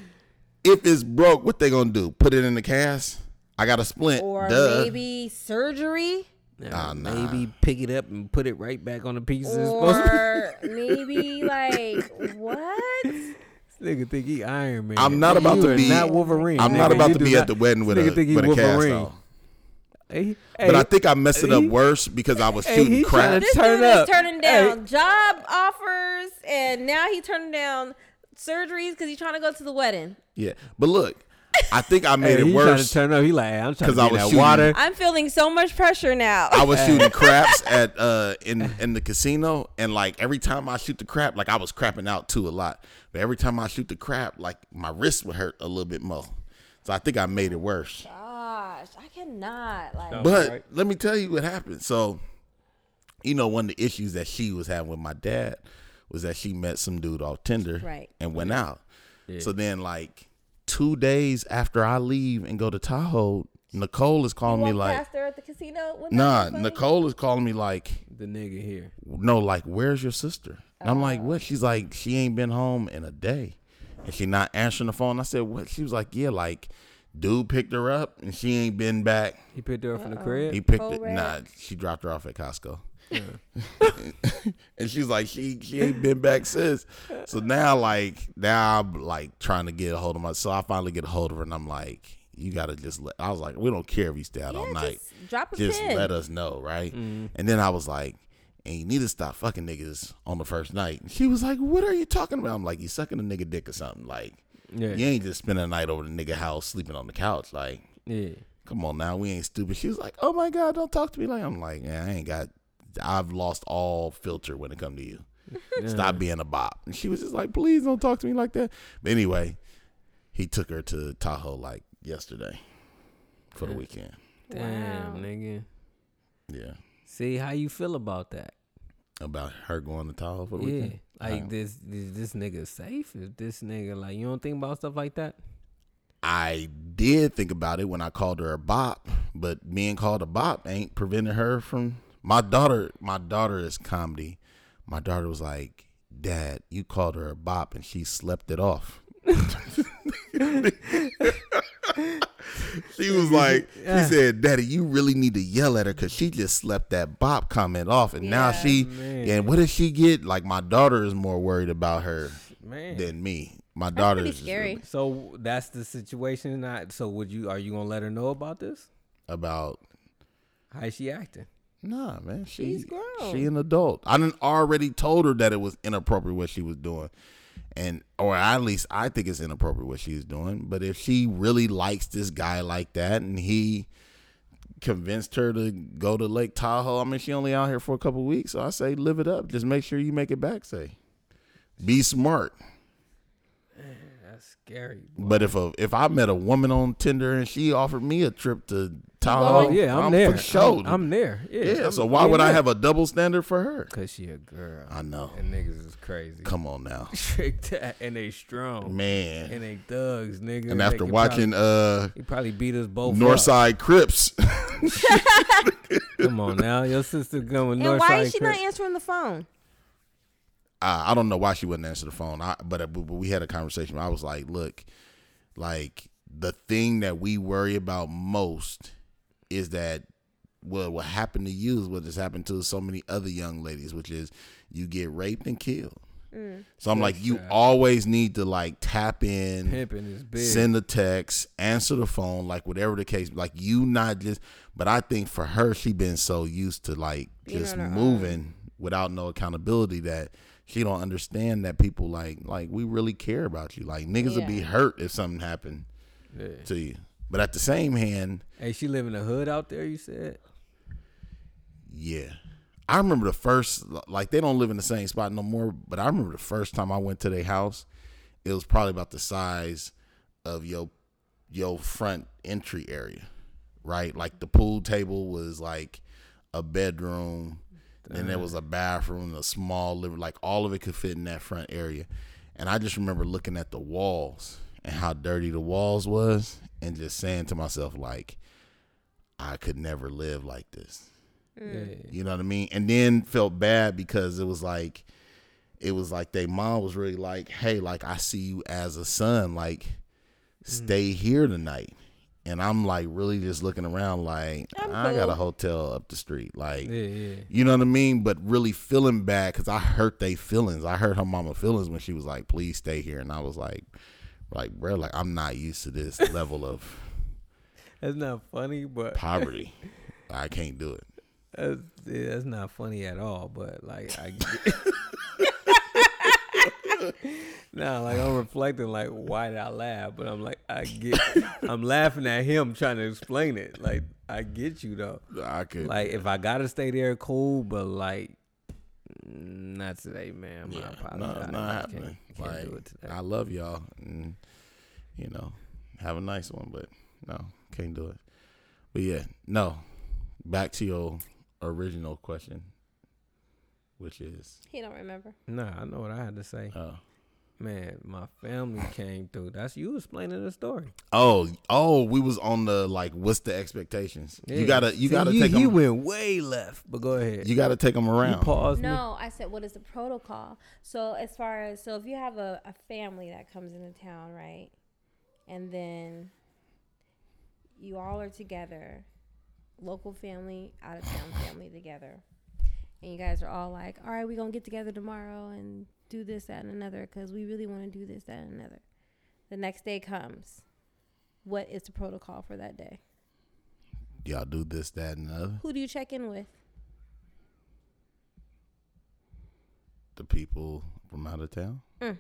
If it's broke, what they gonna do? Put it in the cast? I got a splint. Or Duh. maybe surgery, Nah, Ah, nah. Maybe pick it up and put it right back on the piece it's supposed to or maybe like [LAUGHS] what? be. This [LAUGHS] nigga think he Iron Man. I'm not about you to are be- not Wolverine. I'm not nigga. about You to do be not- at the wedding with this a nigga think he with a cast Wolverine. on. Hey, hey, But I think I messed it up Hey. worse because I was Hey, shooting he crap. tryna- This Turn dude up. is turning Hey. down job offers, and now he turning down surgeries because he's trying to go to the wedding. yeah, but look, I think [LAUGHS] I hey, made he it trying to worse. turn up. He like, hey, I'm trying to 'Cause I get was that shooting. water. I'm feeling so much pressure now. [LAUGHS] I was shooting craps at uh in in the casino, and like every time I shoot the crap, like I was crapping out too a lot. But every time I shoot the crap, like my wrist would hurt a little bit more. So I think I made it worse. [LAUGHS] Gosh, I cannot like. But Right. let me tell you what happened. So, you know, one of the issues that she was having with my dad was that she met some dude off Tinder Right. and went out. So then, like two days after I leave and go to Tahoe, Nicole is calling me Walk like, past her at the casino. Wouldn't "Nah." that be funny? Nicole is calling me like, The nigga here. "No, like, where's your sister?" And I'm Oh. like, "What?" She's like, "She ain't been home in a day, and she not answering the phone." I said, "What?" She was like, "Yeah, like." Dude picked her up and she ain't been back. He picked her up from the crib. He picked Code it. red. Nah, she dropped her off at Costco. [LAUGHS] and she's like, she she ain't been back since. So now, like, now I'm like trying to get a hold of my. So I finally get a hold of her, and I'm like, you gotta just let. I was like, we don't care if you stay out all Yeah, night. just drop a Just pin. let us know, right? And then I was like, and you need to stop fucking niggas on the first night. And she was like, what are you talking about? I'm like, you sucking a nigga dick or something. Like, Yeah. you ain't just spending the night over the nigga house sleeping on the couch, like Yeah. come on now, we ain't stupid. She was like, oh my God, don't talk to me like I'm like, yeah, I ain't got, I've lost all filter when it come to you. Stop being a bop. And she was just like, please don't talk to me like that. But anyway, he took her to Tahoe like yesterday for the weekend. Damn, nigga. Yeah. See how you feel about that. About her going to Tahoe for the Yeah. weekend. Like I, this, is this nigga safe? If this nigga like you don't think about stuff like that? I did think about it when I called her a bop, but being called a bop ain't preventing her from my daughter. My daughter is comedy. My daughter was like, "Dad, you called her a bop, and she slept it off." [LAUGHS] she was like, Yeah. she said, "Daddy, you really need to yell at her because she just slept that bop comment off, and now she, and what did she get? Like, my daughter is more worried about her Man. than me. My daughter pretty is scary. So that's the situation. Not so. Would you? Are you gonna let her know about this? about How is she acting? Nah, man, she, She's grown. She an adult. I done already told her that it was inappropriate what she was doing, and or at least I think it's inappropriate what she's doing. But if she really likes this guy like that, and he convinced her to go to Lake Tahoe, I mean, she only out here for a couple weeks, so I say live it up. Just make sure you make it back. Say, be smart. That's scary. But if a if I met a woman on Tinder and she offered me a trip to Tahoe, Oh yeah, I'm, for there. sure. I'm, I'm there. Yeah. yeah, I'm- so why would I yeah. have a double standard for her? Cause she a girl. I know. And niggas is crazy. Come on now, [LAUGHS] Trick that, and they strong. man. And they thugs, nigga. And They after could watching uh probably, he probably beat us both. up. Northside Crips, [LAUGHS] Come on now, your sister going and Northside. why is she Crip. not answering the phone? I, I uh, don't know why she wouldn't answer the phone. I but, but we had a conversation. I was like, look, like the thing that we worry about most is that what what happened to you is what has happened to so many other young ladies, which is you get raped and killed. So I'm like, you always need to like tap in, Pimping is big. send a text, answer the phone, like whatever the case. Like you not just, but I think for her, she been so used to like Being just on her own. moving without no accountability that she don't understand that people like like we really care about you. Like niggas would be Yeah. hurt if something happened Yeah. to you. But at the same hand, Hey, she live in the hood out there. You said yeah. I remember the first like they don't live in the same spot no more, but I remember the first time I went to their house, it was probably about the size of your your front entry area. Right? Like the pool table was like a bedroom, then there was a bathroom, a small living like all of it could fit in that front area. And I just remember looking at the walls and how dirty the walls was and just saying to myself like I could never live like this. Mm. Yeah. You know what I mean? And then felt bad because it was like it was like they mom was really like, "Hey, like I see you as a son, like Mm. stay here tonight." And I'm like really just looking around like I'm I got a cool." hotel up the street like yeah, yeah, you know what I mean? But really feeling bad because I hurt they feelings. I hurt her mama feelings when she was like, "Please stay here," and I was like, "Like, bro, like I'm not used to this level of That's not funny, but [LAUGHS] poverty. I can't do it." that's, yeah, that's not funny at all. But like, I [LAUGHS] now like I'm reflecting, like why did I laugh? But I'm like, I get, I'm laughing at him trying to explain it. Like I get you though. I could Like if I gotta stay there, cool. But like, mm, not today, man. My no, apologies. not I just happening. Can't, can't do Like, it today. I love y'all, and you know, have a nice one, but no, can't do it. But yeah, no. Back to your original question, which is, He don't remember. Nah, I know what I had to say. uh, Man, my family came through. That's you explaining the story. oh, oh, we was on the like, what's the expectations? You gotta, you See, gotta he, take He them. went way left, but go ahead. you gotta take them You around. paused me. No, I said, what is the protocol? So as far as so, if you have a, a family that comes into town, right, and then you all are together, local family, out of town family together, and you guys are all like, all right, we're gonna get together tomorrow and do this, that, and another, because we really want to do this, that, and another. The next day comes. What is the protocol for that day? Y'all do this, that, and the other. Who do you check in with? The people from out of town. Mm.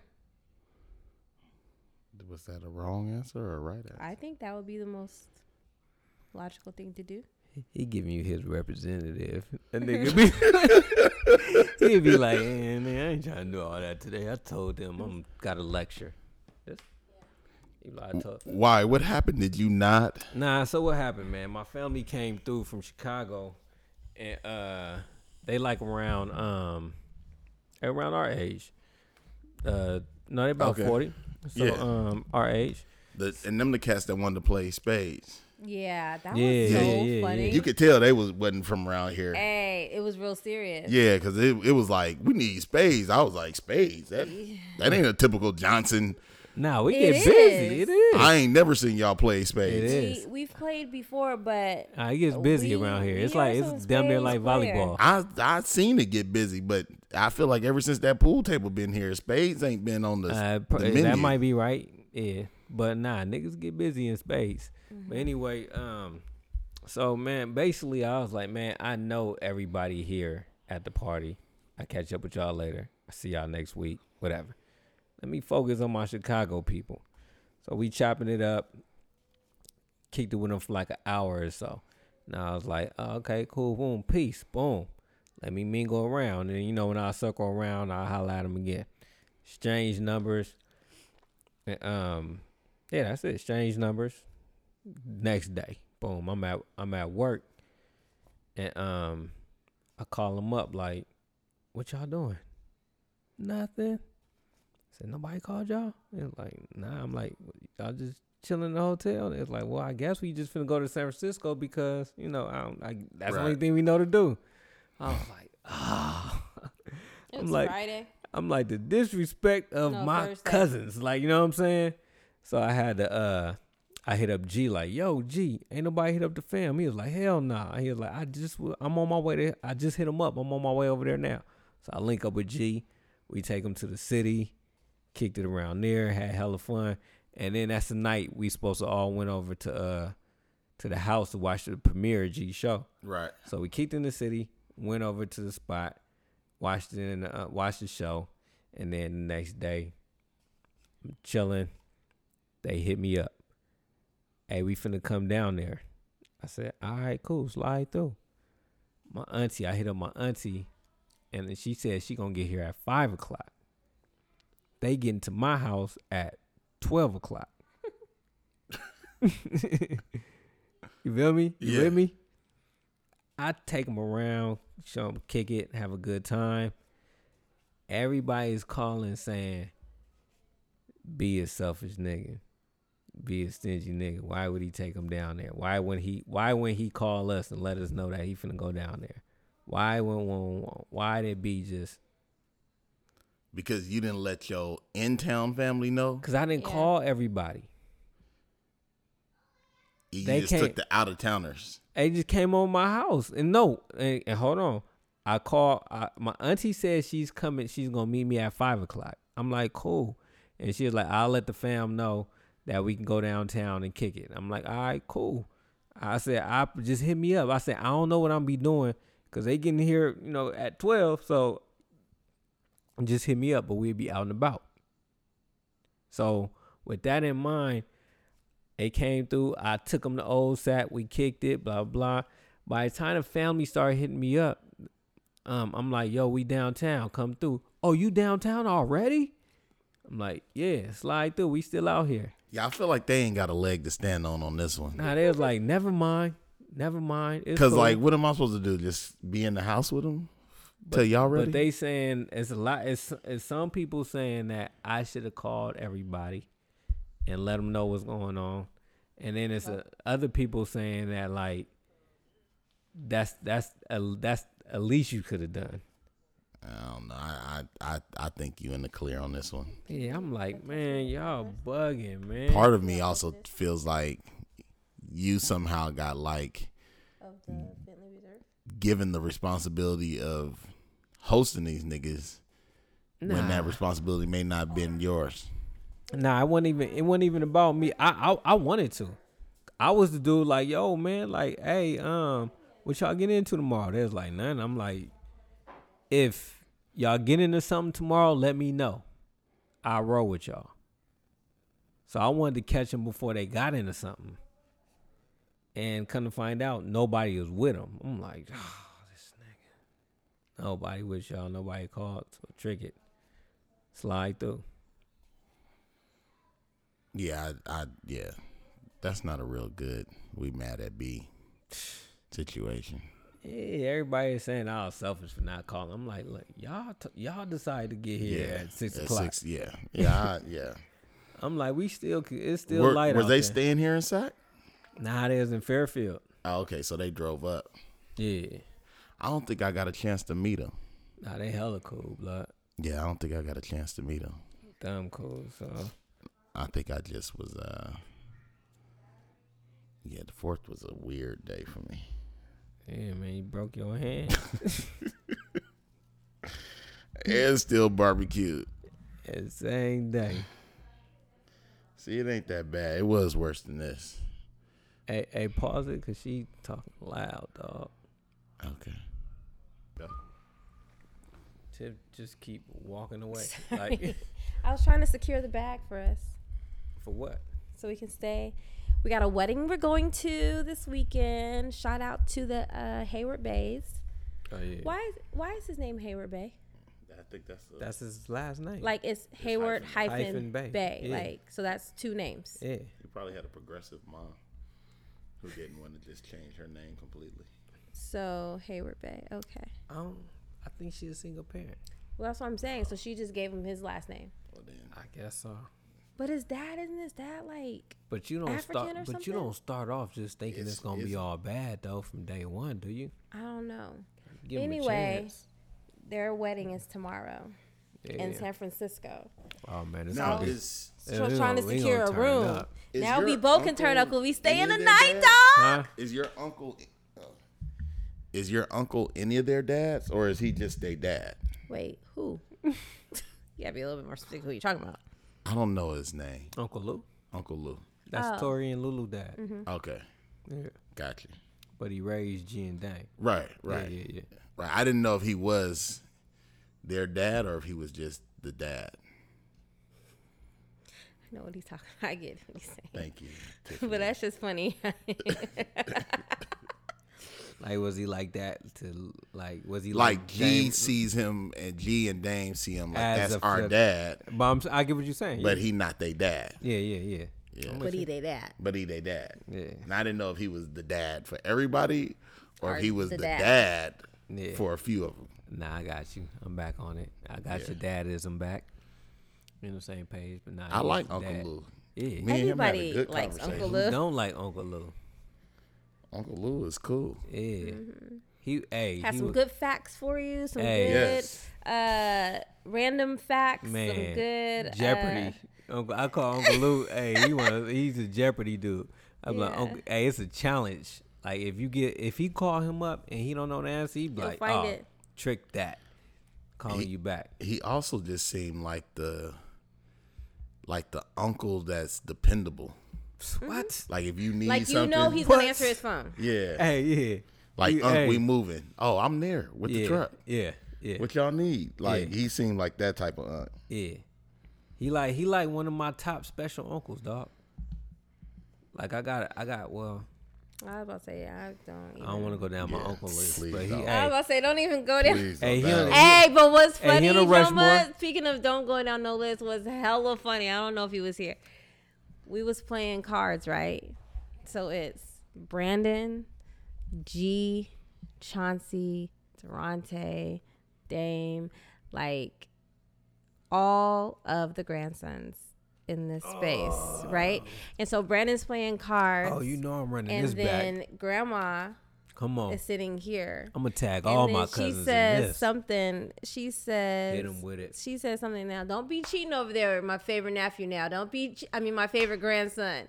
Was that a wrong answer or a right answer? I think that would be the most logical thing to do. He giving you his [LAUGHS] representative. That nigga be He'd be [LAUGHS] like, eh, man, I ain't trying to do all that today. I told them I'm got a lecture. That's- he like, I told- Why? What happened? Did you not? Nah, so what happened, man? My family came through from Chicago and uh they like around um around our age. Uh no, they about Okay. forty. So Yeah. um our age. The, and them the cats that wanted to play spades. Yeah, that Yeah, was so yeah, yeah, funny. yeah. You could tell they was wasn't from around here. hey, it was real serious. Yeah, because it, it was like we need spades. I was like spades. That that ain't a typical Johnson. Nah, we It get busy. is. It is. I ain't never seen y'all play it spades. is. We, we've played before, but Ah, it gets busy Oh, We- around here. we It's are like some it's damn near like spades player. volleyball. I I seen it get busy, but I feel like ever since that pool table been here, spades ain't been on the, Uh, the pr- menu. that might be right. Yeah, but nah, niggas get busy in space. But anyway, um, so man, basically, I was like, man, I know everybody here at the party. I catch up with y'all later. I see y'all next week. Whatever. Let me focus on my Chicago people. So we chopping it up. Kicked it with them for like an hour or so. Now I was like, oh, okay, cool, boom, peace, boom. Let me mingle around, and you know when I circle around, I will holler at them again. Exchange numbers. And, um, yeah, that's it. Exchange numbers. Next day, boom. I'm at I'm at work, and um, I call them up like, "What y'all doing?" Nothing. said nobody called y'all. It's like, nah. I'm like, y'all just chilling in the hotel. It's like, well, I guess we just finna go to San Francisco because you know I, don't, I that's the only Right. thing we know to do. I was like, ah. [LAUGHS] it I'm was like, Friday. I'm like the disrespect of No, my Thursday. cousins. Like, you know what I'm saying? So I had to uh I hit up G like, yo, G, ain't nobody hit up the fam. He was like, hell nah. He was like, I just, w- I'm on my way there. I just hit him up. I'm on my way over there now. So I link up with G. We take him to the city, kicked it around there, had hella fun. And then that's the night we supposed to all went over to uh to the house to watch the premiere of G show. Right. So we kicked in the city, went over to the spot, watched it in the, uh, watched the show, and then the next day, I'm chilling. They hit me up. Hey, we finna come down there. I said, all right, cool, slide through. My auntie, I hit up my auntie, and then she said she gonna get here at five o'clock. They get into my house at twelve o'clock. [LAUGHS] you feel me? You Yeah. with me? I take them around, show them, kick it, have a good time. Everybody's calling saying, "Be a selfish nigga, be a stingy nigga." Why would he take them down there? Why wouldn't he? Why wouldn't he call us and let us know that he finna go down there? Why wouldn't one? Why did be just? Because you didn't let your in town family know. Cause I didn't Yeah. call everybody. You They just can't- took the out of towners. They just came over my house, and no, and, and hold on. I call. I, my auntie said she's coming. She's gonna meet me at five o'clock. I'm like, cool. And she was like, I'll let the fam know that we can go downtown and kick it. I'm like, all right, cool. I said, I just hit me up. I said, I don't know what I'm be doing because they getting here, you know, at twelve. So just hit me up, but we'd be out and about. So with that in mind, it came through. I took them to old sat. We kicked it. Blah blah. By the time the family started hitting me up, um, I'm like, "Yo, we downtown. Come through." Oh, you downtown already? I'm like, "Yeah, slide through. We still out here." Yeah, I feel like they ain't got a leg to stand on on this one. Now they was like, "Never mind, never mind." It's Because cool." like, what am I supposed to do? Just be in the house with them till y'all ready? but they saying it's a lot. It's, it's some people saying that I should have called everybody and let them know what's going on, and then it's uh other people saying that like that's that's a, that's at least you could have done. I don't know. I, I I I think you in the clear on this one. Yeah, I'm like, man, y'all bugging, man. Part of me also feels like you somehow got like Of the Bentley Reserve. given the responsibility of hosting these niggas when that responsibility may not have been yours. Nah, it wasn't even. It wasn't even about me. I, I I wanted to. I was the dude like, yo, man, like, hey, um, what y'all get into tomorrow? There's like none. I'm like, if y'all get into something tomorrow, let me know. I roll with y'all. So I wanted to catch them before they got into something. And come to find out, nobody was with them. I'm like, [SIGHS] oh, this nigga. Nobody with y'all. Nobody called. So trick it. Slide through. Yeah, I, I yeah. That's not a real good we mad at B situation. Yeah, everybody is saying I was selfish for not calling. I'm like, look, y'all, t- y'all decided to get here at six at o'clock. six- yeah. Yeah, I, yeah. I'm like, we still, c- it's still Were, light were out they there. staying here in Sac? nah, they was in Fairfield. Oh, okay, so they drove up. Yeah, I don't think I got a chance to meet him. nah, they hella cool, blood, Yeah, I don't think I got a chance to meet him. dumb cool. So I think I just was uh Yeah, the fourth was a weird day for me. yeah, man, you broke your [LAUGHS] hand. And still barbecued. That same day. See, it ain't that bad. It was worse than this. Hey, hey, pause it, cause she talking loud, dog. Okay. Tip, just keep walking [LAUGHS] away. Like I was trying to secure the bag for us for what? so we can stay. We got a wedding we're going to this weekend. Shout out to the uh, Hayward Bays. Oh yeah, Why is why is his name Hayward Bay? I think that's the that's his last name. Like it's Hayward hyphen, Hyphen Bay, Bay. yeah. Like so that's two names. yeah, you probably had a progressive mom who didn't want to just change her name completely. So Hayward Bay. Okay. I don't. I think she's a single parent. Well, that's what I'm saying. So she just gave him his last name. Well then I guess so. But his dad isn't his dad like But you don't start. African or But something? you don't start off just thinking it's, It's- gonna be it's- all bad though from day one, do you? I don't know. Give 'em a Anyway. chance. Their wedding is tomorrow. in Yeah. San Francisco. Oh man, it's Now gonna [LAUGHS] be. is So we trying to gonna- we secure a gonna turn room. up. Is Now your we both can turn up uncle because we stay in the in night, there? dog. Huh? is your uncle uh, is your uncle any of their dads or is he just their dad? Wait, who? [LAUGHS] you gotta be a little bit more specific who you talking about. I don't know his name. Uncle Lou. Uncle Lou. That's Oh. Tori and Lulu dad. Mm-hmm. Okay, Yeah. got you. But he raised G and Dang. Right, right, Yeah, yeah, right. I didn't know if he was their dad or if he was just the dad. I know what he's talking. [LAUGHS] I get what he's saying, [LAUGHS] Thank you. but Tiffany. that's just funny. [LAUGHS] Like was he like that to like was he like, like G James- sees him and G and Dame see him like As that's a our flip- dad, But I'm, s- I get what you're saying. but yeah. he not they dad. yeah, yeah, yeah. Yeah. but he did that. But he they dad. Yeah. And I didn't know if he was the dad for everybody or, Or if he was the the, dad. dad, Yeah. for a few of them. Nah, I got you. I'm back on it. I got Yeah. your dadism back. You know, the same page, but nah. I he like was Uncle dad. Lou. Yeah. Me and him had a Everybody good likes Uncle conversation. Lou. Who don't like Uncle Lou? Uncle Lou is cool. Yeah. He, hey, Have he Mm-hmm. some was, good facts for you. Some Hey. good Yes. uh, random facts. man. Some good uh, Jeopardy. Uncle, I call Uncle [LAUGHS] Lou. hey, he one. He's a Jeopardy dude. I'm like, Yeah. Uncle, hey, it's a challenge. Like if you get if he call him up and he don't know the answer, he be He'll like, find oh, it." trick that, calling He- you back. [LAUGHS] He also just seemed like the like the uncle that's dependable. Mm-hmm. What? Like if you need Uh, like you something, know he's What? gonna answer his phone. yeah. Hey, yeah. like You- Unc, hey, we moving. Oh, I'm there with yeah, the truck. Yeah, yeah, What y'all need? Like Yeah. he seemed like that type of uncle. yeah. He like he like one of my top special uncles, dog. Like I got I got well, I was about to say I don't. Even, I don't want to go down my Yeah, uncle list, please but he don't. I was hey, about to say don't even go there. Please, Hey, no he- doubt. Hey, but what's Hey, he funny, on the Joma, Rushmore. speaking of don't go down no list, was hella funny. I don't know if he was here. We was playing cards, right? So it's Brandon, G, Chauncey, Durante, Dame, like all of the grandsons in this space, right? And so Brandon's playing cards. oh, you know I'm running and this then back. Oh. grandma Come on, is sitting here. I'm gonna tag And all then my cousins She in says this. something. She says. Hit 'em with it. She says something now. Don't be cheating over there, my favorite nephew. Now, don't be. Che- I mean, my favorite grandson.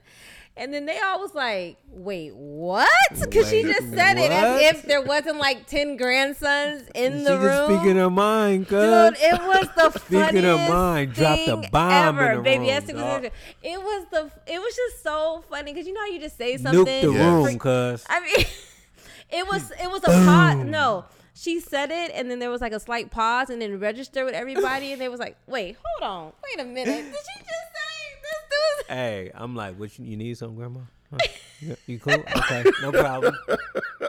And then they all was like, "Wait, what?" Because she Wait, just said it what? as if there wasn't like ten grandsons she in the just room. speaking her mind, cuz. Dude, it was [LAUGHS] the Speaking funniest of mine, drop the thing bomb in ever, the baby. room, Yes, it was- dog. it was the. It was just so funny because you know how you just say something. Nuke the Yes. room, cuz. I mean, [LAUGHS] it was it was a Hmm. pause. No, she said it, and then there was like a slight pause, and then register with everybody, and they was like, "Wait, hold on, wait [LAUGHS] a minute, did she just say this dude?" Hey, I'm like, what you, you need something, grandma? Huh? You- You cool? Okay, no problem.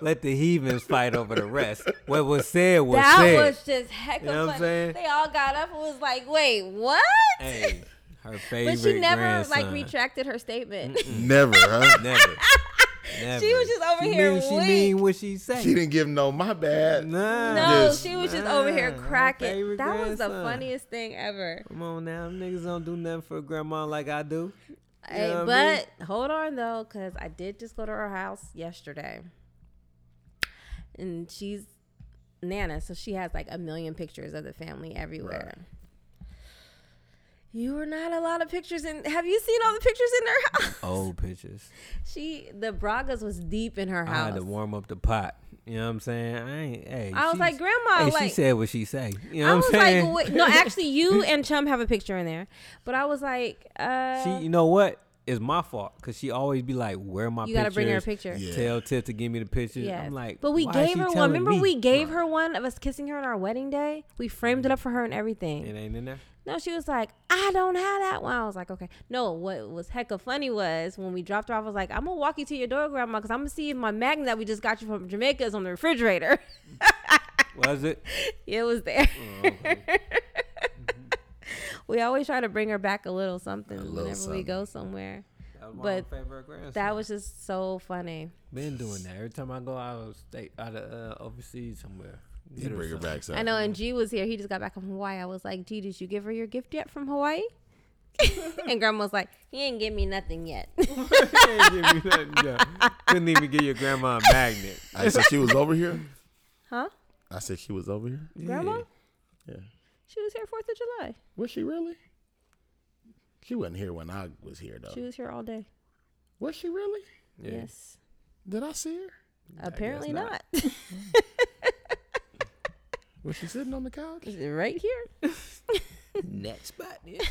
Let the heathens fight over the rest. What was said was That said. was just heck of You know what I'm funny. saying? They all got up and was like, "Wait, what?" hey, her favorite [LAUGHS] but she never grandson. like retracted her statement. [LAUGHS] Never, huh? [LAUGHS] Never. Never. was just over she here Mean, she weak. mean what she say. she didn't give no my bad. Nah. No, Just- she was just over here Nah, her cracking. favorite That was the grandson. funniest thing ever. Come on now, them niggas don't do nothing for grandma like I do. Hey, know what I mean? but hold on though, because I did just go to her house yesterday, and she's Nana, so she has like a million pictures of the family everywhere. You were not a lot of pictures in. Have you seen all the pictures in her house? Old pictures. [LAUGHS] She the Bragas was deep in her I had house. to warm up the pot. You know what I'm saying? I ain't. Hey, I was she- like, Grandma, hey, she like- said what she say. You know I what was I'm saying? [LAUGHS] like, wait, no, actually, you and Chum have a picture in there, but I was like, uh, She, you know what? It's my fault because she always be like, "Where are my?" You gotta bring her a pictures? picture. Yeah. Tell Tiff to give me the picture. Yes. I'm like, but we "Why is gave she her one. telling Remember, me?" we gave her one of us kissing her on our wedding day. We framed it up for her and everything. It ain't in there. No, she was like, I don't have that one. I was like, okay. No, what was hecka funny was when we dropped her off. I was like, I'm gonna walk you to your door, grandma, because I'm gonna see if my magnet that we just got you from Jamaica is on the refrigerator. [LAUGHS] Was it? it was there. Oh, [LAUGHS] we always try to bring her back a little something little whenever we something. go somewhere. That was But my favorite grandson. That was just so funny. been doing that every time I go out of state, out of uh, overseas somewhere. You bring her back. I know, and G was here. He just got back from Hawaii. I was like, G, did you give her your gift yet from Hawaii? [LAUGHS] and grandma was like, he ain't give me nothing yet. [LAUGHS] Couldn't even get your grandma a magnet. I said she was over here. huh? I said she was over here. Grandma? Yeah. She was here Fourth of July. Was she really? She wasn't here when I was here though. She was here all day. was she really? Yeah. Yes. Did I see her? Apparently not. [LAUGHS] not. Was she sitting on the couch? right here. Next spot. Yeah,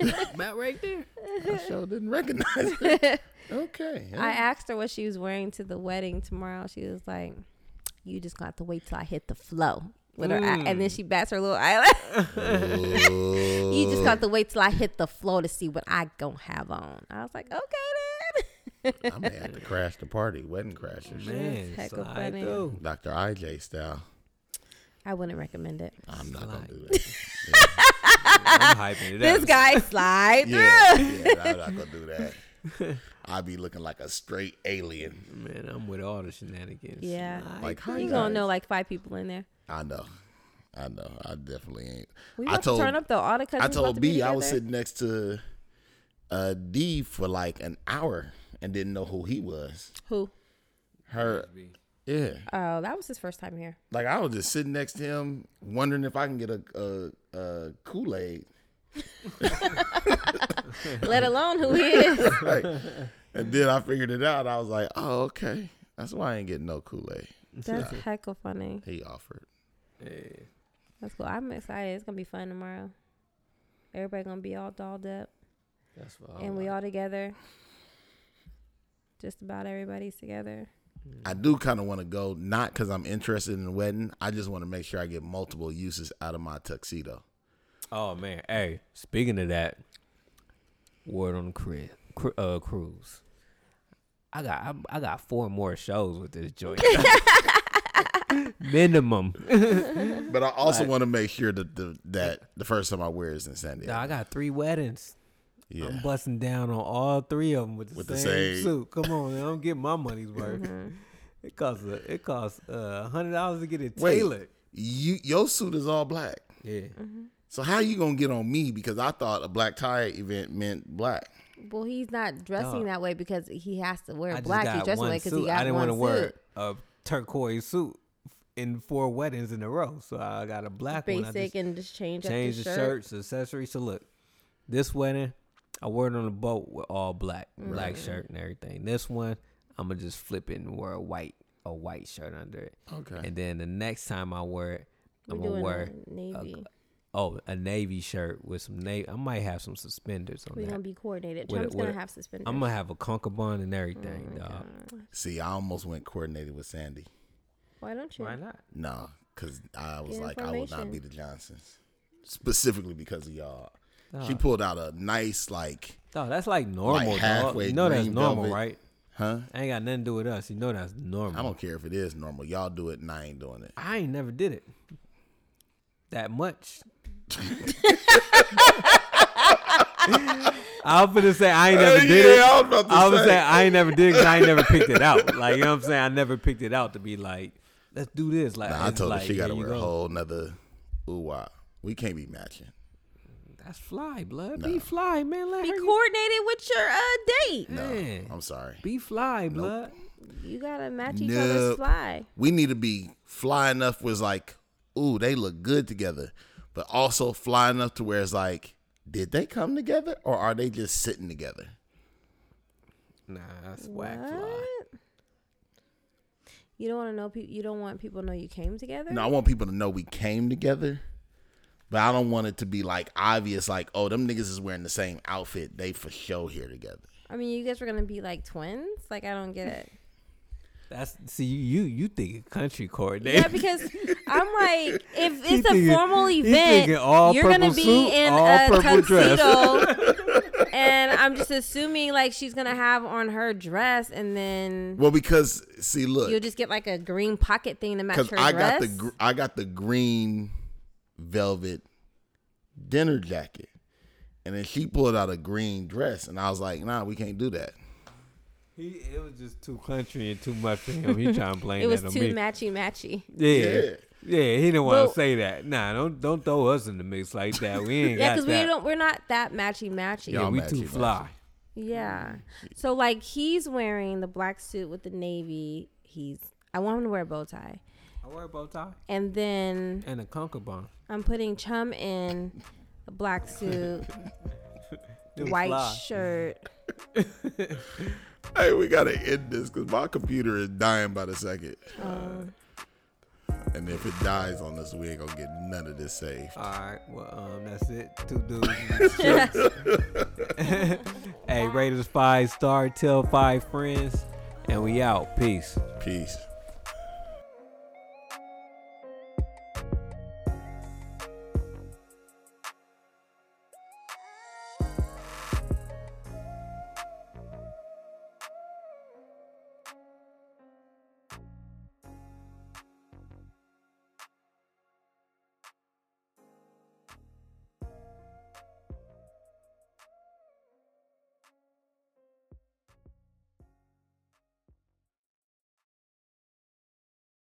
yeah. About right there. [LAUGHS] I sure didn't recognize her. Okay. I asked her what she was wearing to the wedding tomorrow. She was like, "You just gonna have to wait till I hit the flow." With her eye, and then she bats her little eyelash. [LAUGHS] you just gonna have to wait till I hit the floor to see what I gonna have on. I was like, okay then. I may have to crash the party, wedding crashers. Man, heck of slide funny. through. Dr. IJ style. [LAUGHS] I wouldn't recommend it. I'm not gonna Slide. do that. I'm hyping it This up. [LAUGHS] guy slide Yeah, through. yeah, I'm not gonna do that. [LAUGHS] I'd be looking like a straight alien. Man, I'm with all the shenanigans. Yeah, Like, how you you gonna guys- know like five people in there. I know. I know. I definitely ain't. We I about told- to turn up though. All the cousins. I about told to be B I was together. sitting next to uh D for like an hour and didn't know who he was. Who? Her yeah. Oh, that was his first [LAUGHS] time here. Like I was just sitting next to him wondering if I can get a a, a Kool-Aid. [LAUGHS] Let alone who he is. Like, and then I figured it out. I was like, "Oh, okay. That's why I ain't getting no Kool-Aid." That's heck of funny. He offered. Hey, That's cool. I'm excited. It's gonna be fun tomorrow. Everybody gonna be all dolled up, that's what I and we like. all together. Just about everybody's together. I do kind of want to go, not because I'm interested in the wedding. I just want to make sure I get multiple uses out of my tuxedo. Oh man. Hey, speaking of that, word on the crib, cru- uh, cruise. I got I, I got four more shows with this joint. Minimum. But I also want to make sure that the that the first time I wear it is in San Diego. Nah, I got three weddings. yeah. I'm busting down on all three of them with the, With the same, same- suit. Come on, man. I'm getting my money's worth. It costs a, it costs uh, hundred dollars to get it Wait. tailored. you your suit is all black. Yeah, So how you gonna get on me? Because I thought a black tie event meant black. Well, he's not dressing Dog. that way because he has to wear I just black. He's got dressing that one way because he suit. got I didn't one want suit. to wear a turquoise suit in four weddings in a row, so I got a black one. I Basic just and just change up changed the the shirt. shirts, accessories. So look, this wedding, I wore it on the boat with all black, Mm. black shirt and everything. This one, I'm gonna just flip it and wear a white, a white shirt under it. Okay. And then the next time I wear it, I'm We're gonna doing wear a navy. oh a navy shirt with some navy. I might have some suspenders on We're gonna that. be coordinated. With a- Trump's with gonna a- have suspenders. Mm, I'm gonna have a concubine and everything, dog. See, I almost went coordinated with Sandy. Why don't you? Why not? No, because I was Get like, I will not information. be the Johnsons. Specifically because of y'all. She Ah. pulled out a nice like, Dog, that's like normal, dog. halfway You know that's green normal, velvet. right? huh? I ain't got nothing to do with us. You know that's normal. I don't care if it is normal. Y'all do it and I ain't doing it. I ain't never did it that [LAUGHS] much. I'm gonna say I ain't never Hey, did Uh, yeah, I was it. about to I was say. saying I ain't never did because I ain't never picked it out. Like you know what I'm saying, I never picked it out to be like, let's do this. Like Nah, I it's told like, her she got to here you wear a go. whole nother ooh wow. We can't be matching. That's fly, blood. Be fly, man. Let Be her coordinated with your uh, date. No, Man. I'm sorry. be fly, blood. You gotta match each Nope. other's fly. We need to be fly enough was like, ooh, they look good together, but also fly enough to where it's like, did they come together or are they just sitting together? Nah, that's whack fly. What? You don't want to know people. You don't want people to know you came together. No, I want people to know we came together, but I don't want it to be like obvious, like, oh, them niggas is wearing the same outfit. They for sure here together. I mean, you guys were gonna be like twins. Like I don't [LAUGHS] get it. That's see you you you think country coordinator. Yeah, because I'm like, if He it's thinking- a formal he event, thinking all you're gonna purple be suit, in all a purple dress. tuxedo, [LAUGHS] and I'm just assuming like she's gonna have on her dress, and then Well, because see, look, you'll just get like a green pocket thing to match because her I dress. got the gr- I got the green velvet dinner jacket, and then she pulled out a green dress, and I was like, "Nah, we can't do that." He, it was just too Too country and too much for him. [LAUGHS] He trying to blame it was that on too me. matchy matchy. Yeah. Yeah. yeah. he didn't want Well- to say that. Nah, don't don't throw us in the mix like that. We ain't Yeah, got because we that. don't. We're not that matchy matchy. yeah, Y'all we matchy, too matchy. fly. Yeah. So like he's wearing the black suit with the navy. He's I want him to wear a bow tie. I wear a bow tie and then and a concubine. I'm putting chum in a black suit, white shirt. Hey, we gotta end this because my computer is dying by the second. And if it dies on us, we ain't gonna get none of this saved. All right, well, um, that's it. Two dudes. in the streets. [LAUGHS] [LAUGHS] hey, Raiders five star, tell five friends, and we out. Peace. Peace.